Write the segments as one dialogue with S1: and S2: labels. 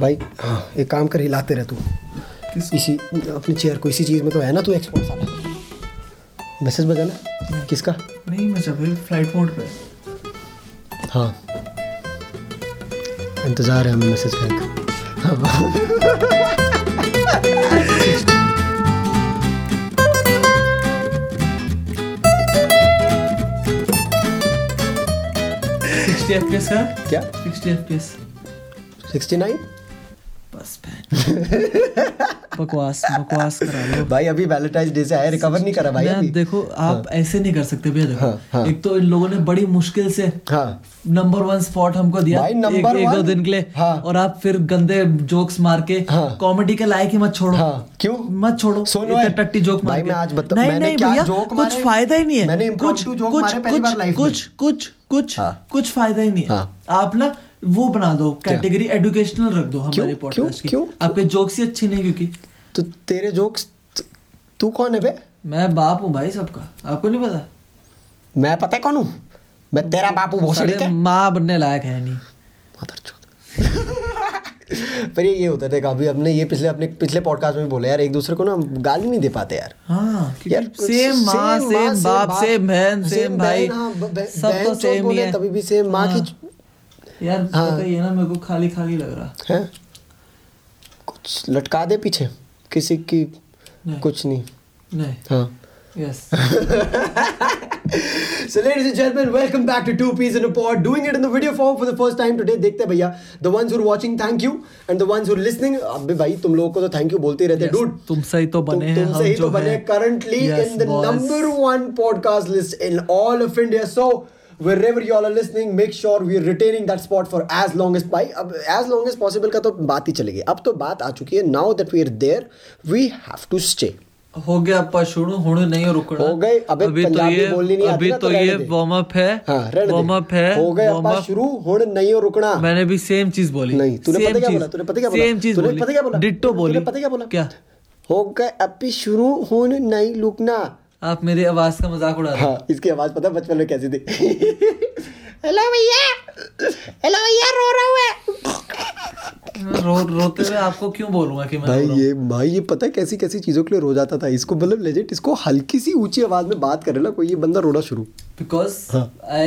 S1: भाई हाँ एक काम कर हिलाते रह तू इसी अपनी चेयर को इसी चीज़ में तो है ना तू एक्सपर्ट साला मैसेज बजाना किसका
S2: नहीं मचा भाई फ्लाइट मोड पे
S1: हाँ इंतज़ार है हमें मैसेज का
S2: सिक्सटी एफ पी एस का
S1: क्या
S2: sixty F P S
S1: sixty nine
S2: बस बहन बकवास बकवास करा लो
S1: भाई अभी वैलेंटाइन डे से आया रिकवर नहीं करा भाई
S2: मैं
S1: अभी
S2: देखो आप ऐसे नहीं कर सकते भैया देखो
S1: हाँ, हाँ।
S2: एक तो इन लोगों ने बड़ी मुश्किल से
S1: हाँ
S2: नंबर वन स्पॉट हमको दिया
S1: भाई,
S2: एक,
S1: number
S2: एक दो
S1: one?
S2: दिन के लिए
S1: हाँ।
S2: और आप फिर गंदे जोक्स मार के
S1: हाँ।
S2: कॉमेडी के लायक ही मत छोड़ो
S1: हाँ, क्यों?
S2: मत छोड़ो
S1: सुनो
S2: इतने
S1: है।
S2: टट्टी जोक मार
S1: भाई,
S2: के
S1: मैं आज बता-
S2: नहीं
S1: मैंने
S2: नहीं
S1: क्या
S2: भैया
S1: joke
S2: कुछ
S1: मारे?
S2: फायदा ही नहीं है
S1: मैंने
S2: कुछ
S1: impromptu joke
S2: कुछ
S1: मारे पहली बार
S2: कुछ
S1: life में।
S2: कुछ कुछ कुछ
S1: हाँ।
S2: कुछ फायदा ही नहीं है
S1: हाँ।
S2: आप ना वो बना दो कैटेगरी एडुकेशनल रख दो हमारे
S1: क्यों?
S2: पॉडकास्ट की
S1: क्यों?
S2: आपके जोक्स ही अच्छे नहीं क्योंकि
S1: तो तेरे जोक्स तू कौन है बे
S2: मैं बाप हूँ भाई सबका आपको नहीं पता
S1: मैं पता है कौन हूँ मैं तेरा बापू भोसड़ी
S2: साले
S1: का
S2: माँ बनने लायक है नहीं
S1: मदरचोद पर ये ये होता था काफी हमने ये पिछले अपने पिछले पॉडकास्ट में भी बोला यार एक दूसरे को ना हम गाली नहीं दे पाते यार
S2: हाँ
S1: यार
S2: सेम माँ सेम बाप सेम बहन सेम भाई
S1: हाँ, ब- ब-
S2: सब
S1: बहन
S2: तो
S1: चोद
S2: सेम ही
S1: बोले,
S2: है हाँ।
S1: तभी भी सेम माँ की
S2: यार
S1: हाँ।
S2: पता ही है ना मेरे को खाली खाली लग रहा
S1: है कुछ लटका दे पीछे किसी की
S2: नहीं।
S1: कुछ नहीं
S2: नहीं
S1: हाँ
S2: yes
S1: So, ladies and gentlemen, welcome back to Two Peas in a Pod. Doing it in the video form for the first time today. देखते हैं भैया The ones who are watching, thank you. And the ones who are listening, अबे भाई तुम लोगों को तो thank you बोलते ही रहते हैं.
S2: Yes,
S1: Dude,
S2: तुमसे ही तो
S1: तुम-
S2: बने हैं
S1: तुमसे
S2: हम
S1: ही
S2: जो
S1: तो बने
S2: हैं.
S1: हैं. Currently
S2: Yes,
S1: in the
S2: boss.
S1: number one podcast list in all of India. So, wherever you all are listening, make sure we are retaining that spot for as long as भाई अब as long as possible का तो बात ही चलेगी. अब तो बात आ चुकी है. Now that we are there, we have to stay.
S2: हो गया पशुणु हुणु नहीं रुकना तो
S1: हो गए, अबे पंजाबी बोलनी नहीं आती
S2: अभी
S1: ना,
S2: तो
S1: तो
S2: ये
S1: रहने दे।
S2: वार्म अप है
S1: हाँ, रहने दे.
S2: वार्म अप है
S1: हो गए
S2: warm
S1: अपना
S2: up-
S1: शुरू हुण नहीं हो रुकना
S2: मैंने भी सेम चीज बोली
S1: नहीं तूने
S2: Same
S1: पता क्या
S2: चीज।
S1: बोला तूने पता क्या बोला
S2: सेम चीज
S1: तूने
S2: बोली
S1: पता क्या बोला
S2: डिट्टो
S1: तूने-
S2: बोली
S1: तूने पता क्या बोला
S2: क्या
S1: हो गए अपनी शुरू हुन नहीं रुकना
S2: आप मेरी आवाज का मजाक उड़ा रहे हो।
S1: हाँ इसकी आवाज पता है बचपन में कैसी थी हेलो भैया हेलो भैया रो रहा हूँ मैं।
S2: मैं रो रोते हुए आपको क्यों बोलूंगा कि मैं रो
S1: भाई
S2: रहा हूँ?
S1: ये भाई ये पता है कैसी कैसी चीजों के लिए रो जाता था इसको मतलब लेजेंड इसको हल्की सी ऊंची आवाज में बात करे ना कोई ये बंदा रोना शुरू
S2: because
S1: हाँ।
S2: I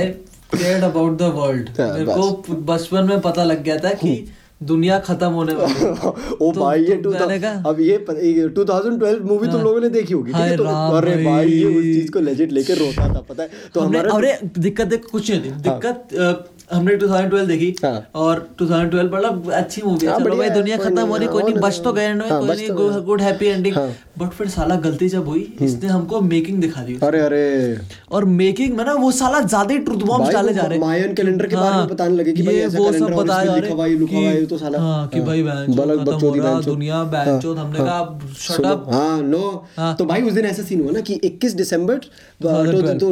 S2: cared about the world
S1: हाँ,
S2: मेरे
S1: बस।
S2: को बचपन में पता लग गया था कि
S1: हम्म।
S2: दुनिया खत्म होने वाली है।
S1: ओ
S2: तो-
S1: भाई ये
S2: तो
S1: टू
S2: गाने का-
S1: अब ये प- ये 2012 मूवी तुम लोगों ने देखी होगी ठीक
S2: हाँ। हाय
S1: है तो
S2: राम
S1: अरे भाई ये उस
S2: भाई।
S1: चीज को लेजेंड लेके रोता था पता है तो
S2: हमने
S1: हमारा
S2: अरे दिक्कत देख कुछ नहीं थी दिक्कत अ, हमने 2012 देखी
S1: हाँ।
S2: और 2012 मतलब अच्छी मूवी है
S1: हाँ,
S2: चलो
S1: बढ़िया
S2: भाई
S1: है,
S2: दुनिया
S1: कोई
S2: खत्म
S1: नहीं,
S2: हो रही कोई
S1: हाँ,
S2: नहीं बच तो गए एंड में
S1: हाँ,
S2: कोई
S1: बच
S2: नहीं
S1: तो
S2: गुड
S1: गए।
S2: गुड हैप्पी एंडिंग
S1: हाँ। हम्म।
S2: बट फिर साला गलती जब हुई इसने हमको मेकिंग दिखा दी
S1: अरे अरे
S2: और मेकिंग में ना वो साला ज्यादा ही ट्रुथ बॉम्ब
S1: भाई,
S2: डाले जा
S1: वो
S2: रहे हैं।
S1: मायन calendar के बारे में
S2: हाँ,
S1: बताने लगे कि भाई
S2: ये
S1: ऐसा
S2: वो सब
S1: calendar और
S2: बताया
S1: इसमें
S2: जा रहा
S1: लिखा हुआ है, लिखा हुआ है,
S2: है
S1: ये तो साला-
S2: हाँ, कि
S1: हाँ,
S2: भाई बहन
S1: बालक
S2: खत्म
S1: बच्चों
S2: हो
S1: की
S2: रहा
S1: बहन चोद। हाँ,
S2: दुनिया बहन चोद हमने कहा शट
S1: सुनो,
S2: अप
S1: हाँ नो
S2: हाँ।
S1: तो भाई उस दिन ऐसा सीन हुआ ना कि 21 दिसंबर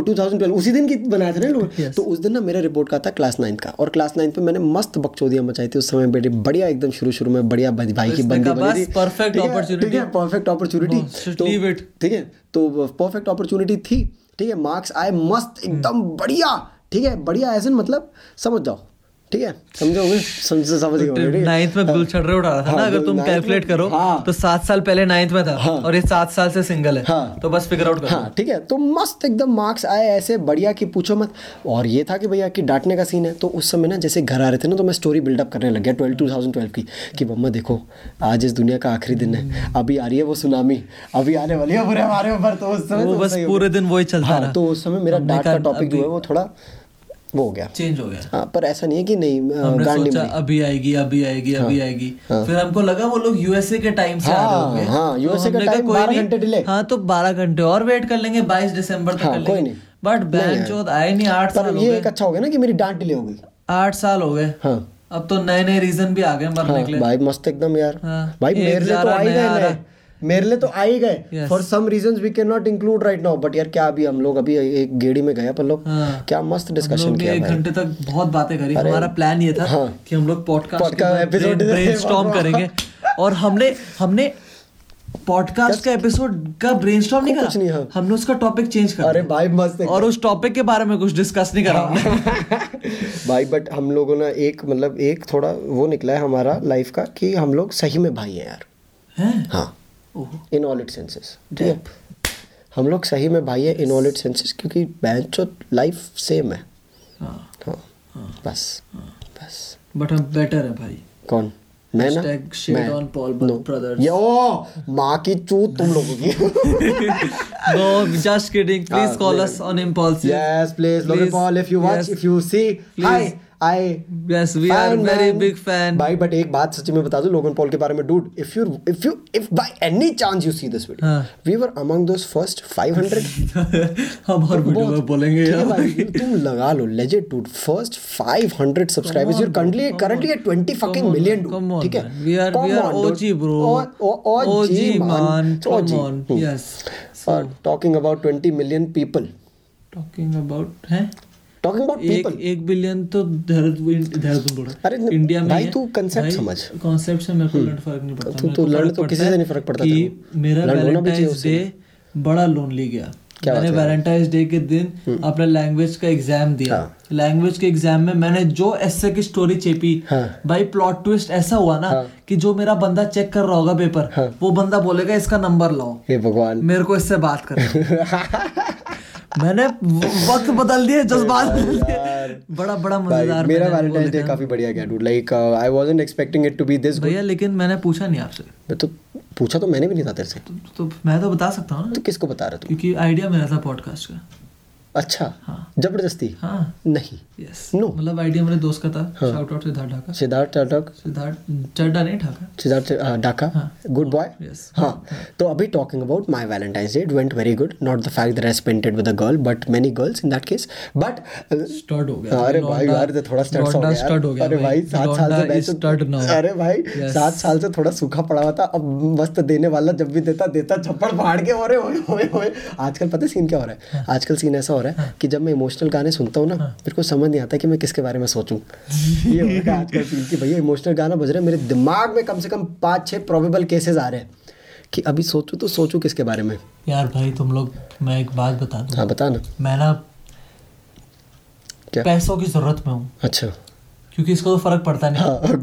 S1: टू थाउजेंड उसी दिन की बनाए थे ना लोग
S2: Yes.
S1: तो उस दिन ना मेरा रिपोर्ट का था क्लास नाइन्थ का और क्लास नाइन्थ पे मैंने मस्त बकचोदियां मचाई थी उस समय बेटे बढ़िया एकदम शुरू शुरू में बढ़िया भाई भाई की
S2: इसने
S1: बंदी
S2: कहा,
S1: बनी
S2: बस, perfect opportunity.
S1: Perfect
S2: No,
S1: opportunity
S2: just leave it.
S1: ठीक है तो परफेक्ट अपॉर्चुनिटी थी ठीक है मार्क्स आए मस्त
S2: हम्म।
S1: एकदम बढ़िया ठीक है बढ़िया ऐसे मतलब समझ जाओ ठीक है समझोगे समझ समझ गए होंगे, ठीक है?
S2: नाइन्थ तो में गुल छड़ उठा रहा था ना
S1: हाँ,
S2: अगर तुम
S1: ninth में-
S2: कैलकुलेट करो
S1: हाँ।
S2: तो सात साल पहले नाइन्थ में था और ये सात साल से सिंगल है
S1: हाँ।
S2: तो बस फिगर आउट करो
S1: हाँ ठीक है तो मस्त एकदम मार्क्स आए ऐसे बढ़िया कि पूछो मत और ये था कि भैया कि डांटने का सीन है तो उस समय ना जैसे घर आ रहे थे ना तो मैं स्टोरी बिल्डअप करने लग गया ट्वेल्व टू थाउजेंड ट्वेल्व की कि मम्मा देखो आज इस दुनिया का आखिरी दिन है
S2: हम्म।
S1: अभी आ रही है वो सुनामी अभी आने वाली है पूरे हमारे ऊपर तो उस समय
S2: वो
S1: तो
S2: बस
S1: सही हो
S2: पूरे
S1: गया।
S2: दिन वही चलता
S1: हाँ,
S2: रहा।
S1: तो उस समय मेरा
S2: हमने
S1: डांट का
S2: कहा,
S1: टॉपिक जो
S2: अभी-
S1: है वो थोड़ा वो हो गया
S2: चेंज हो गया
S1: हाँ पर ऐसा नहीं है कि नहीं अ,
S2: हमने
S1: गांड नहीं
S2: सोचा
S1: मारी।
S2: अभी आएगी अभी आएगी अभी आएगी फिर हमको लगा वो लोग यूएसए के टाइम से आ रहे
S1: हाँ,
S2: होंगे
S1: हाँ,
S2: तो
S1: USA का
S2: हमने कहा,
S1: time
S2: कोई
S1: 12
S2: नहीं,
S1: घंटे delay।
S2: हाँ तो 12 घंटे और वेट कर लेंगे 22 दिसंबर तक
S1: हाँ,
S2: कर
S1: कोई
S2: लेंगे
S1: नहीं।
S2: बट बैंक चौथ आए नहीं आठ साल
S1: पर
S2: हो
S1: ये
S2: गए
S1: एक अच्छा हो गया ना कि मेरी डांट डिले हो गई
S2: आठ साल हो गए
S1: हाँ
S2: अब तो नए नए रीजन भी आ गए मरने
S1: हाँ,
S2: के लिए
S1: भाई मस्त एकदम यार
S2: हाँ,
S1: भाई
S2: एक
S1: मेरे लिए
S2: जा
S1: तो
S2: रहा,
S1: आ ही
S2: नया आ
S1: गए
S2: रहा।
S1: नए। मेरे लिए तो आ ही गए
S2: Yes.
S1: For some reasons we can not include right now but यार क्या अभी हम लोग अभी एक गेड़ी में गए अपन लोग
S2: हाँ।
S1: क्या मस्त
S2: हम
S1: डिस्कशन
S2: लोग ने
S1: किया
S2: एक
S1: भाई
S2: घंटे तक बहुत बातें करी हमारा प्लान ये था
S1: हाँ।
S2: कि हम लोग पॉडकास्ट
S1: Podcast episode
S2: ब्रेनस्टॉर्म
S1: वाह, वाह।
S2: करेंगे और हमने हमने पॉडकास्ट का एपिसोड का ब्रेनस्टॉर्म नहीं
S1: कुछ नहीं,
S2: करा
S1: हाँ।
S2: हमने उसका टॉपिक चेंज कर
S1: अरे भाई मस्त है
S2: और उस टॉपिक के बारे में कुछ डिस्कस नहीं करा हमने
S1: हाँ। भाई बट हम लोगों ने एक मतलब एक थोड़ा वो निकला है हमारा लाइफ का कि हम लोग सही में भाई हैं यार
S2: हैं? ओह।
S1: हाँ इन ऑल इट सेंसेस ठीक है हम लोग सही में भाई हैं इन ऑल इट सेंसेस क्योंकि बैंक लाइफ सेम है
S2: हाँ
S1: हाँ बस बस
S2: बट हम बेटर है भाई
S1: कौन मैं ना
S2: Hashtag shit
S1: मैं
S2: on Paul Brothers.
S1: यो माँ की चूत तुम लोगों की
S2: no just kidding please
S1: Ah,
S2: call
S1: Logan.
S2: us on impulsive
S1: yes please Logan
S2: Please.
S1: Paul if you watch
S2: Yes.
S1: if you see
S2: Please.
S1: hi I
S2: Yes, we are
S1: Fan
S2: very
S1: man.
S2: big fan.
S1: भाई but एक बात सच में बता दूं Logan Paul के बारे में dude if you if you if by any chance you see this video
S2: हाँ।
S1: We were among those first 500
S2: हम हर वीडियो में तो बोलेंगे
S1: तो ठीक है
S2: यार
S1: भाई, तुम लगा लो legit dude first 500 subscribers you currently currently at 20 fucking million
S2: come
S1: dude
S2: on
S1: ठीक है
S2: man. we are we are OG bro
S1: OG
S2: man
S1: man
S2: come
S1: OG
S2: on yes
S1: Uh,
S2: so
S1: talking about 20 million people
S2: talking about है
S1: talking about
S2: एक
S1: people
S2: एक billion तो देहरादून देहरादून बोला
S1: अरे न-
S2: India में
S1: भाई, तू concept समझ। हम्म।
S2: कॉन्सेप्ट से मेरे को लड़ फर्क नहीं पड़ता
S1: तू-
S2: मेरे
S1: तू
S2: को
S1: लड़
S2: फर्क
S1: तो
S2: पड़ता
S1: किसी से
S2: है
S1: नहीं फर्क पड़ता तेरे
S2: कि
S1: को।
S2: मेरा
S1: लड़ होना भी चाहिए
S2: वैलेंटाइंस डे बड़ा लोनली गया
S1: क्या
S2: मैंने
S1: बात है? हम्म।
S2: वैलेंटाइंस डे के दिन अपना लैंग्वेज का एग्जाम दिया
S1: हाँ।
S2: लैंग्वेज के एग्जाम में मैंने जो ऐसे की स्टोरी चेपी
S1: हाँ।
S2: भाई प्लॉट ट्विस्ट ऐसा हुआ ना
S1: हाँ।
S2: कि जो मेरा बंदा चेक कर रहा होगा पेपर वो बंदा बोलेगा इसका नंबर लाओ
S1: हे भगवान
S2: मेरे को इससे बात कर मैंने व- वक्त बदल दिए जज्बात बदल दिए बड़ा बड़ा
S1: भाई
S2: मजेदार
S1: मेरा
S2: मैंने वो
S1: वैलेंटाइन डे
S2: लिखा।
S1: काफी बढ़िया गया uh, dude like I wasn't expecting it to be this
S2: भैया लेकिन मैंने पूछा नहीं आपसे
S1: मैं तो पूछा तो मैंने भी नहीं था तेरे से
S2: तो, तो मैं तो बता सकता हूँ ना
S1: तो किसको बता रहा तू
S2: क्योंकि आइडिया मेरा था पॉडकास्ट का
S1: अच्छा
S2: हाँ।
S1: जबरदस्ती
S2: हाँ
S1: नहीं
S2: यस
S1: No. हाँ।
S2: मतलब आइडिया मेरे दोस्त का था शाउट आउट सिद्धार्थ ढाका
S1: सिद्धार्थ ठाकुर
S2: सिद्धार्थ चड्डा नहीं ढाका
S1: सिद्धार्थ uh, डाका
S2: हाँ।
S1: Good boy
S2: Yes.
S1: हाँ तो अभी talking about my Valentine's day it went very good not the fact that I spent it with a girl but many girls in that case but
S2: start हो गया
S1: हाँ, अरे भाई
S2: लौंडा-
S1: यार ये थोड़ा स्टड हो
S2: लौंडा
S1: गया
S2: stud हो
S1: यार।
S2: गया
S1: अरे भाई सात साल से
S2: लौंडा is
S1: बैच
S2: stud now.
S1: अरे भाई
S2: Yes.
S1: सात साल से थोड़ा सूखा पड़ा हुआ था अब मस्त देने वाला जब भी देता देता छप्पड़ फाड़ के हो रहे होए होए होए आजकल पता है सीन क्या हो रहा है
S2: हाँ।
S1: आजकल सीन ऐसा हो रहा है कि जब मैं इमोशनल गाने सुनता हूँ ना मेरे को समझ नहीं आता कि मैं किसके बारे में सोचूं ये हो रहा है आजकल सीन कि भैया इमोशनल गाना बज रहा है मेरे दिमाग में कम से कम पाँच छः प्रोबेबल केसेस आ रहे हैं कि अभी सोचूं तो सोचूं किसके बारे में
S2: यार भाई तुम लोग मैं एक बात बता दूं
S1: हाँ बता ना
S2: मैं ना
S1: क्या?
S2: पैसों की जरूरत में हूँ
S1: अच्छा
S2: क्योंकि इसको तो फर्क पड़ता नहीं
S1: हाँ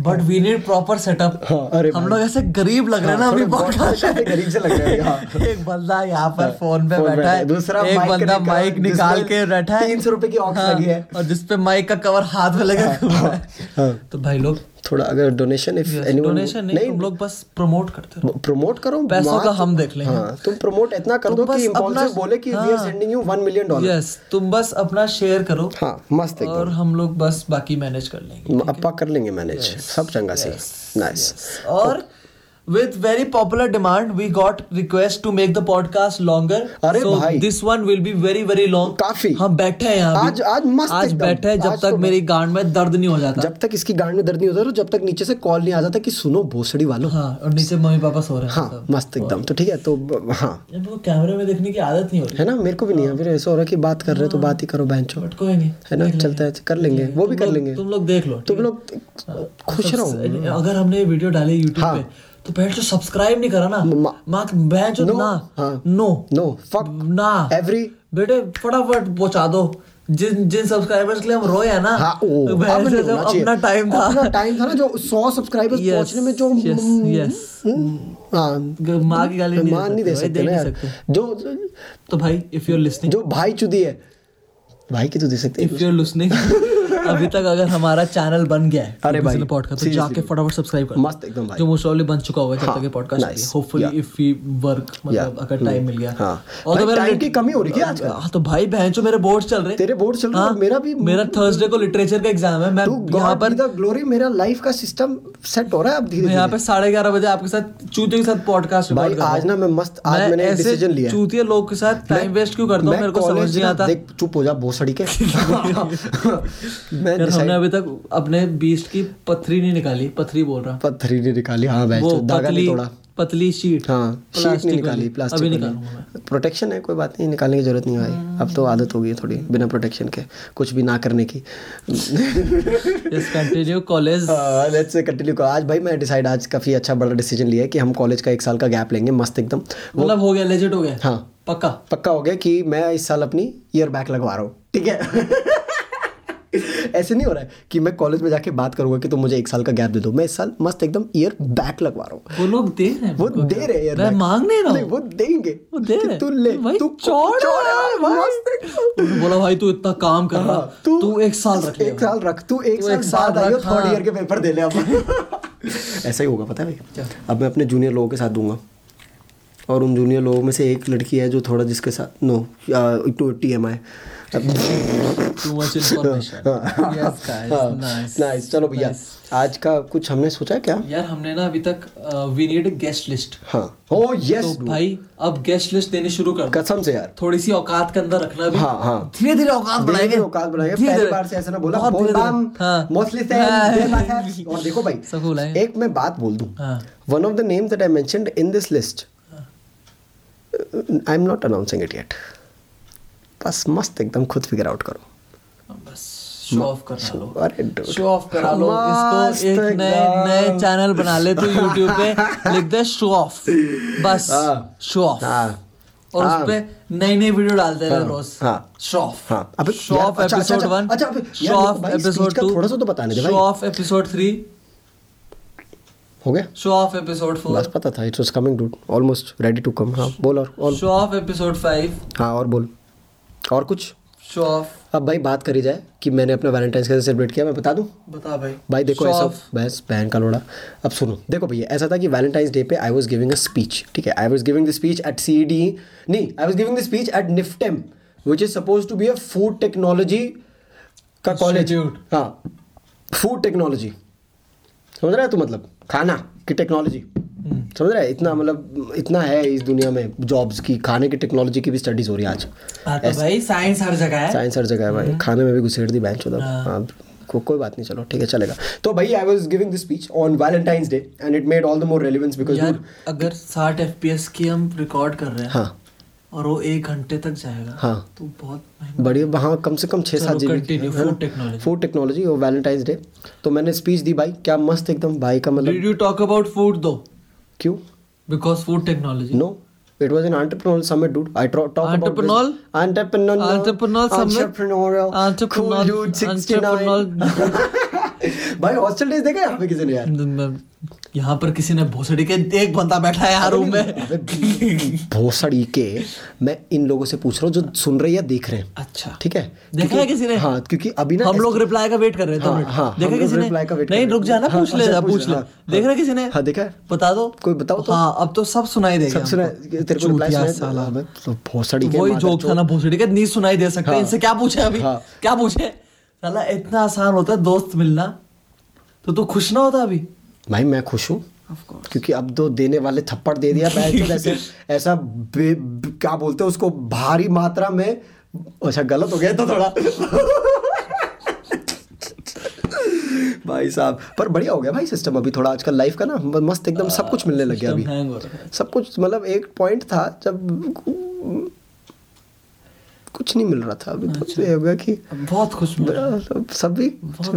S2: but we need proper setup
S1: हाँ, अरे
S2: हम लोग ऐसे गरीब लग रहे हैं ना
S1: हाँ,
S2: अभी
S1: थोड़े बहुत
S2: podcast में।
S1: गरीब से लग रहे हैं, हाँ।
S2: एक बंदा यहाँ पर
S1: हाँ,
S2: फोन पे
S1: फोन
S2: बैठा
S1: बैठा
S2: है
S1: है, दूसरा
S2: एक
S1: mic
S2: बंदा
S1: निकाल-
S2: माइक निकाल
S1: जिसमें
S2: के बैठा है हाँ,
S1: 300 रुपए की aux लगी है।
S2: और जिसपे माइक का कवर हाथ में लगा हुआ है।
S1: हाँ।
S2: तो भाई लोग
S1: थोड़ा अगर डोनेशन इफ
S2: डोनेशन नहीं तुम लोग बस प्रमोट करते रहो
S1: प्रमोट करो
S2: पैसों
S1: वहाँ
S2: का
S1: तो-
S2: हम देख लेंगे।
S1: हाँ तुम प्रमोट इतना कर
S2: तुम
S1: दो
S2: बस
S1: कि
S2: अपना-
S1: इम्पॉल्सिव बोले कि वी आर
S2: हाँ।
S1: Sending you 1 million dollar
S2: yes तुम बस अपना शेयर करो
S1: हाँ मस्त
S2: और हम लोग बस बाकी मैनेज कर लेंगे
S1: एकदम अपा कर लेंगे मैनेज सब चंगा सी नाइस
S2: और with very popular demand we got request to make the podcast longer
S1: अरे
S2: so
S1: भाई।
S2: this one will be very very long
S1: काफी।
S2: हम बैठे हैं यहाँ
S1: आज-
S2: भी।
S1: आज मस्त
S2: आज
S1: एकदम।
S2: बैठे हैं जब
S1: आज
S2: तक
S1: तो
S2: मेरी गांड में दर्द नहीं हो जाता
S1: जब तक इसकी गांड में दर्द नहीं होता तो जब तक नीचे से कॉल नहीं आ जाता कि सुनो भोसड़ी वालों
S2: हाँ और नीचे मम्मी पापा सो रहे हैं
S1: हाँ मस्त एकदम तो ठीक है तो ब- हाँ
S2: इनको कैमरे में देखने की आदत नहीं हो रही
S1: है ना मेरे को भी नहीं है फिर ऐसा हो रहा है कि बात कर रहे हैं तो बात ही करो बहनचो
S2: बट कोई हाँ। नहीं
S1: है ना चलता है कर लेंगे वो भी कर
S2: तुम लोग-
S1: लेंगे
S2: तुम लोग देख लो
S1: तुम लोग खुश रहो
S2: रहो अगर हमने ये वीडियो डाली यूट्यूब
S1: हाँ।
S2: पे तो पहले तो सब्सक्राइब नहीं करा ना
S1: म-
S2: माँ मैं जो
S1: No,
S2: ना
S1: हाँ।
S2: नो
S1: नो फक
S2: ना
S1: एवरी
S2: बेटे फटाफट पहुंचा दो जिन जिन सब्सक्राइबर्स के लिए हम रोए हैं ना
S1: हाँ ओ
S2: तो
S1: अब
S2: वैसे
S1: नहीं
S2: जब
S1: होना चाहिए।
S2: अपना टाइम था
S1: अपना टाइम था ना जो 100 सब्सक्राइबर्स
S2: Yes,
S1: पहुंचने में जो
S2: yes, yes.
S1: हाँ
S2: ग- माँ की गाली
S1: मान नहीं दे
S2: भाई,
S1: सकते
S2: दे
S1: ना
S2: नहीं
S1: यार
S2: सकते।
S1: जो
S2: तो भाई इफ यू आर लिसनिंग
S1: जो भाई चुदी है भाई की तो दे सकते हैं
S2: इफ यू आर लिसनिंग अभी तक अगर हमारा चैनल बन गया है
S1: अरे भाई,
S2: पॉडकास्ट तो
S1: seriously
S2: जाके फटाफट सब्सक्राइब कर दो।
S1: मस्त एकदम भाई।
S2: जो मोस्ट प्रोबब्ली बन चुका होगा जब
S1: हाँ,
S2: तक ये podcast
S1: nice,
S2: hopefully
S1: yeah.
S2: If we work मतलब
S1: Yeah,
S2: अगर टाइम
S1: hmm,
S2: मिल गया
S1: हाँ।
S2: और
S1: भाई,
S2: तो मेरा
S1: time की
S2: lit-
S1: कमी हो रही है क्या आजकल?
S2: हाँ, तो भाई बहन जो मेरे बोर्ड चल रहे हाँ,
S1: तेरे बोर्ड चल रहे हैं और मेरा भी
S2: मेरा थर्सडे को लिटरेचर का एग्जाम है मैं
S1: तू
S2: यहाँ
S1: गॉड
S2: पर
S1: पर द ग्लोरी मेरा लाइफ का सिस्टम सेट हो रहा है अब धीरे
S2: मैं यहाँ पे
S1: धीरे
S2: साढ़े ग्यारह बजे आपके साथ चूतियों के साथ पॉडकास्ट
S1: भाई आज ना मैं मस्त आज मैंने एक डिसीजन लिया है।
S2: चूतिया लोग के साथ टाइम
S1: मैं-
S2: वेस्ट क्यों करता हूँ
S1: मैं
S2: मेरे को समझ
S1: college
S2: नहीं
S1: ना-
S2: आता
S1: देख चुप हो जा भोसड़ी के मैं
S2: यार हमने
S1: decide-
S2: अभी तक अपने बीस्ट की पथरी नहीं निकाली पथरी बोल रहा
S1: पत्थरी नहीं निकाली हाँ
S2: वो
S1: बहन धागा
S2: पतली
S1: नहीं तोड़ा
S2: पतली शीट
S1: हाँ शीट नहीं
S2: प्लास्टिक
S1: निकाली
S2: वाली।
S1: प्लास्टिक
S2: अभी
S1: वाली।
S2: निकालूंगा मैं हम्म।
S1: प्रोटेक्शन है कोई बात नहीं निकालने की जरूरत नहीं है भाई अब तो आदत हो गई है थोड़ी बिना प्रोटेक्शन के कुछ भी ना करने की
S2: यस कंटिन्यू कॉलेज
S1: हाँ, लेट्स से कंटिन्यू करो आज भाई मैं डिसाइड आज काफ़ी अच्छा बड़ा डिसीजन लिया है कि हम कॉलेज का एक साल का गैप लेंगे मस्त एकदम
S2: मतलब हो गया लेजिट हो गया
S1: हाँ
S2: पक्का
S1: पक्का हो गया कि मैं इस साल अपनी ईयर बैक लगवा रहा हूँ ठीक है ऐसे नहीं हो रहा है कि मैं कॉलेज में जाके बात करूंगा कि तुम मुझे एक साल का गैप दे दो मैं इस साल मस्त एकदम ईयर बैक लगवा रहा हूँ
S2: वो लोग दे रहे हैं
S1: वो
S2: मेरे को।
S1: दे रहे हैं
S2: मैं
S1: back।
S2: मांग नहीं रहा
S1: नहीं,
S2: हूँ
S1: वो देंगे
S2: वो दे
S1: कि
S2: रहे
S1: तू ले
S2: भाई
S1: तू
S2: चौड़ा
S1: चौड़ा
S2: है
S1: है,
S2: भाई।
S1: मस्त। हाँ,
S2: उन्होंने बोला भाई तू इतना काम कर रहा तू, एक साल रख ले
S1: एक साल रख तू एक
S2: तू
S1: साल
S2: एक साल
S1: बाद आइयो
S2: रख,
S1: थर्ड
S2: हाँ।
S1: ईयर के पेपर दे ले अब ऐसा ही होगा पता है भाई अब मैं अपने जूनियर लोगों के साथ दूंगा और उन जूनियर लोगों में से एक लड़की है जो थोड़ा जिसके साथ no to T M I
S2: too much
S1: अच्छा।
S2: इंफॉर्मेशन
S1: हाँ,
S2: यस गाइस नाइस
S1: नाइस हाँ। चलो भैया आज का कुछ हमने सोचा है क्या
S2: यार हमने ना अभी तक uh, we need guest list
S1: हाँ ओ
S2: तो
S1: यस
S2: भाई अब गेस्ट लिस्ट देनी शुरू कर दो।
S1: कसम से यार
S2: थोड़ी सी औकात के अंदर रखना भी
S1: हाँ, हाँ।
S2: धीरे धीरे औकात
S1: धीरे
S2: बढ़ाएंगे
S1: धीरे औकात बढ़ाएंगे
S2: धीरे
S1: पहली
S2: धीरे।
S1: बार से ऐसा ना बोला
S2: बहुत
S1: बोल
S2: धीरे धीरे।
S1: बम
S2: हाँ।
S1: मोस्टली से
S2: हाँ।
S1: और देखो भाई
S2: सब बोला है।
S1: एक मैं बात बोल दूं
S2: हाँ।
S1: one of the names that I mentioned in this list, uh, I'm not announcing it yet. बस मस्त एकदम खुद फिगर आउट करो
S2: बस शो ऑफ करा लो
S1: अरे dude,
S2: शो ऑफ करा लो
S1: मस्त
S2: इसको एक नए
S1: एकदम।
S2: नए चैनल बना ले तू यूट्यूब पे लिख दे शो ऑफ बस
S1: हाँ।
S2: शो ऑफ
S1: हाँ।
S2: और
S1: हाँ।
S2: उस पे नई नई वीडियो डालते रहे रोज
S1: हाँ।
S2: शो ऑफ
S1: हाँ। अबे
S2: शो
S1: यार,
S2: ऑफ
S1: अच्छा, अच्छा,
S2: एपिसोड
S1: अच्छा,
S2: वन
S1: अच्छा, अबे यार,
S2: शो
S1: मेरे को
S2: ऑफ
S1: भाई speech
S2: एपिसोड
S1: का
S2: टू
S1: थोड़ा सा तो बताने दे भाई।
S2: शो ऑफ एपिसोड थ्री
S1: हो गया
S2: शो ऑफ एपिसोड
S1: बस
S2: फोर
S1: पता था it's coming dude almost ready to come हाँ बोल और और
S2: शो ऑफ एपिसोड फाइव
S1: हाँ और बोल और कुछ
S2: शो ऑफ
S1: अब भाई बात करी जाए कि मैंने अपना वैलेंटाइंस कैसे सेलिब्रेट किया मैं बता दूं
S2: बता भाई
S1: भाई देखो
S2: Show
S1: ऐसा
S2: off.
S1: बस बहन का लोड़ा अब सुनो देखो भैया ऐसा था कि वैलेंटाइंस डे पे I was giving a speech ठीक है I was giving the speech at C D E नहीं I was giving the speech at NIFTEM which is suppose to be a food technology का कॉलेज
S2: Institute.
S1: हाँ food technology समझ रहा है तू मतलब खाना की टेक्नोलॉजी समझ रहा है इतना मतलब इतना है इस दुनिया में जॉब्स की खाने की टेक्नोलॉजी की भी स्टडीज हो रही है आज
S2: हाँ तो भाई साइंस हर जगह है
S1: साइंस हर जगह है
S2: हम्म।
S1: भाई खाने में भी घुसेड़ दी बैंक चौदह हाँ को, कोई बात नहीं चलो ठीक है चलेगा तो भाई I was giving this speech on Valentine's day and it made all the more relevance because
S2: यार अगर 60 fps की हम रिकॉर्ड कर रहे हैं
S1: हाँ
S2: और वो एक घंटे तक जाएगा
S1: हाँ।
S2: तो बहुत महंगा
S1: बढ़िया वहाँ कम से कम छः सात
S2: चलो, continue, food
S1: जी
S2: technology.
S1: फूड टेक्नोलॉजी और वैलेंटाइंस डे तो मैंने स्पीच दी भाई क्या मस्त एकदम भाई का मतलब
S2: did you talk about food though
S1: क्यों
S2: because food technology
S1: no it was an entrepreneurial summit dude I talk
S2: Entrepreneurial? Entrepreneurial summit? Entrepreneurial-
S1: भाई हॉस्टल डेज देखा है यहाँ पे किसी ने यार
S2: यहाँ पर किसी ने भोसड़ी के एक बंदा बैठा है यार रूम में
S1: भोसड़ी के मैं इन लोगों से पूछ रहा हूँ जो सुन रहे हैं या देख रहे हैं
S2: अच्छा
S1: ठीक है
S2: देखा है किसी ने
S1: हाँ क्योंकि अभी ना
S2: हम लोग रिप्लाई का वेट कर रहे थे
S1: हाँ,
S2: मिनट।
S1: हाँ, हम
S2: देखा
S1: लोग
S2: किसी ने
S1: reply का wait कर
S2: नहीं
S1: रहे
S2: रुक
S1: थे।
S2: जाना
S1: हाँ,
S2: पूछ ले
S1: अच्छा, पूछ
S2: पूछ ले
S1: हाँ,
S2: देख रहे किसी ने
S1: हाँ, देखा है?
S2: बता दो
S1: कोई बताओ तो।
S2: हाँ अब तो सब सुनाई देगा
S1: सब सुना
S2: हमको।
S1: तेरे को रिप्लाई सुना
S2: चूतिया साला।
S1: साला मैं तो भोसड़ी के
S2: वही
S1: मादर
S2: जोक था ना भोसड़ी का नहीं सुनाई दे सकते
S1: हाँ।
S2: इनसे क्या पूछे अभी
S1: हाँ।
S2: क्या पूछे साला इतना आसान होता है दोस्त मिलना तो तू खुश ना होता अभी
S1: चोद। भाई मैं खुश हूँ क्योंकि अब तो देने वाले थप्पड़ दे दिया बैठ के ऐसे ऐसा बे- बे- क्या बोलते हैं उसको भारी मात्रा में अच्छा गलत हो गया तो थोड़ा भाई साहब पर बढ़िया हो गया भाई सिस्टम अभी थोड़ा आजकल लाइफ का ना मस्त एकदम सब कुछ मिलने लग गया अभी
S2: System तो hang हो रहा है।
S1: सब कुछ मतलब एक पॉइंट था जब कुछ नहीं मिल रहा था अभी तो ये हो गया कि
S2: अब अच्छा। बहुत अच्छा। खुश मिल रहा है।
S1: अब सभी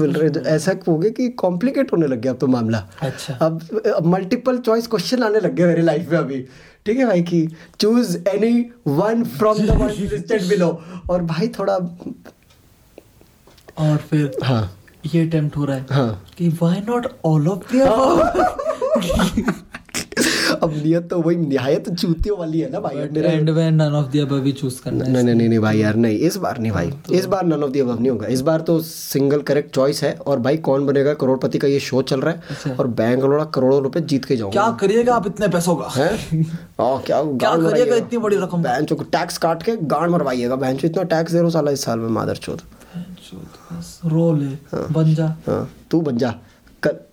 S1: मिल रहे हैं। ऐसा हो गया कि कॉम्प्लिकेट होने लग गया अब तो मामला
S2: अच्छा।
S1: अब मल्टीपल चॉइस क्वेश्चन आने लग गए मेरी लाइफ में अभी ठीक है भाई कि choose any one from the one listed below और भाई थोड़ा
S2: और फिर
S1: हाँ
S2: ये अटेम्प्ट हो रहा है
S1: हाँ
S2: कि why not all of the
S1: अब नियत तो वही निहायत चूतियों वाली है ना भाई अब मेरा
S2: एंड में नन ऑफ द अबव ही चूज करना है
S1: नहीं नहीं नहीं नहीं भाई यार नहीं इस बार नहीं भाई इस बार नन ऑफ दी अबव नहीं होगा इस बार तो सिंगल करेक्ट चॉइस है और भाई कौन बनेगा करोड़पति का ये शो चल रहा है और बैंगलोर करोड़ों रुपए जीत के जाऊंगा
S2: क्या करिएगा आप इतने पैसों का
S1: हैं और क्या
S2: क्या
S1: गांड
S2: करिएगा
S1: मरवाइएगा
S2: इतनी बड़ी रकम का?
S1: बहन टैक्स काट के गांड मरवाइएगा बहन इतना टैक्स दे रहे हो साला इस साल में मादर चोद
S2: बस रो ले बन जा
S1: हाँ तू बन जा कर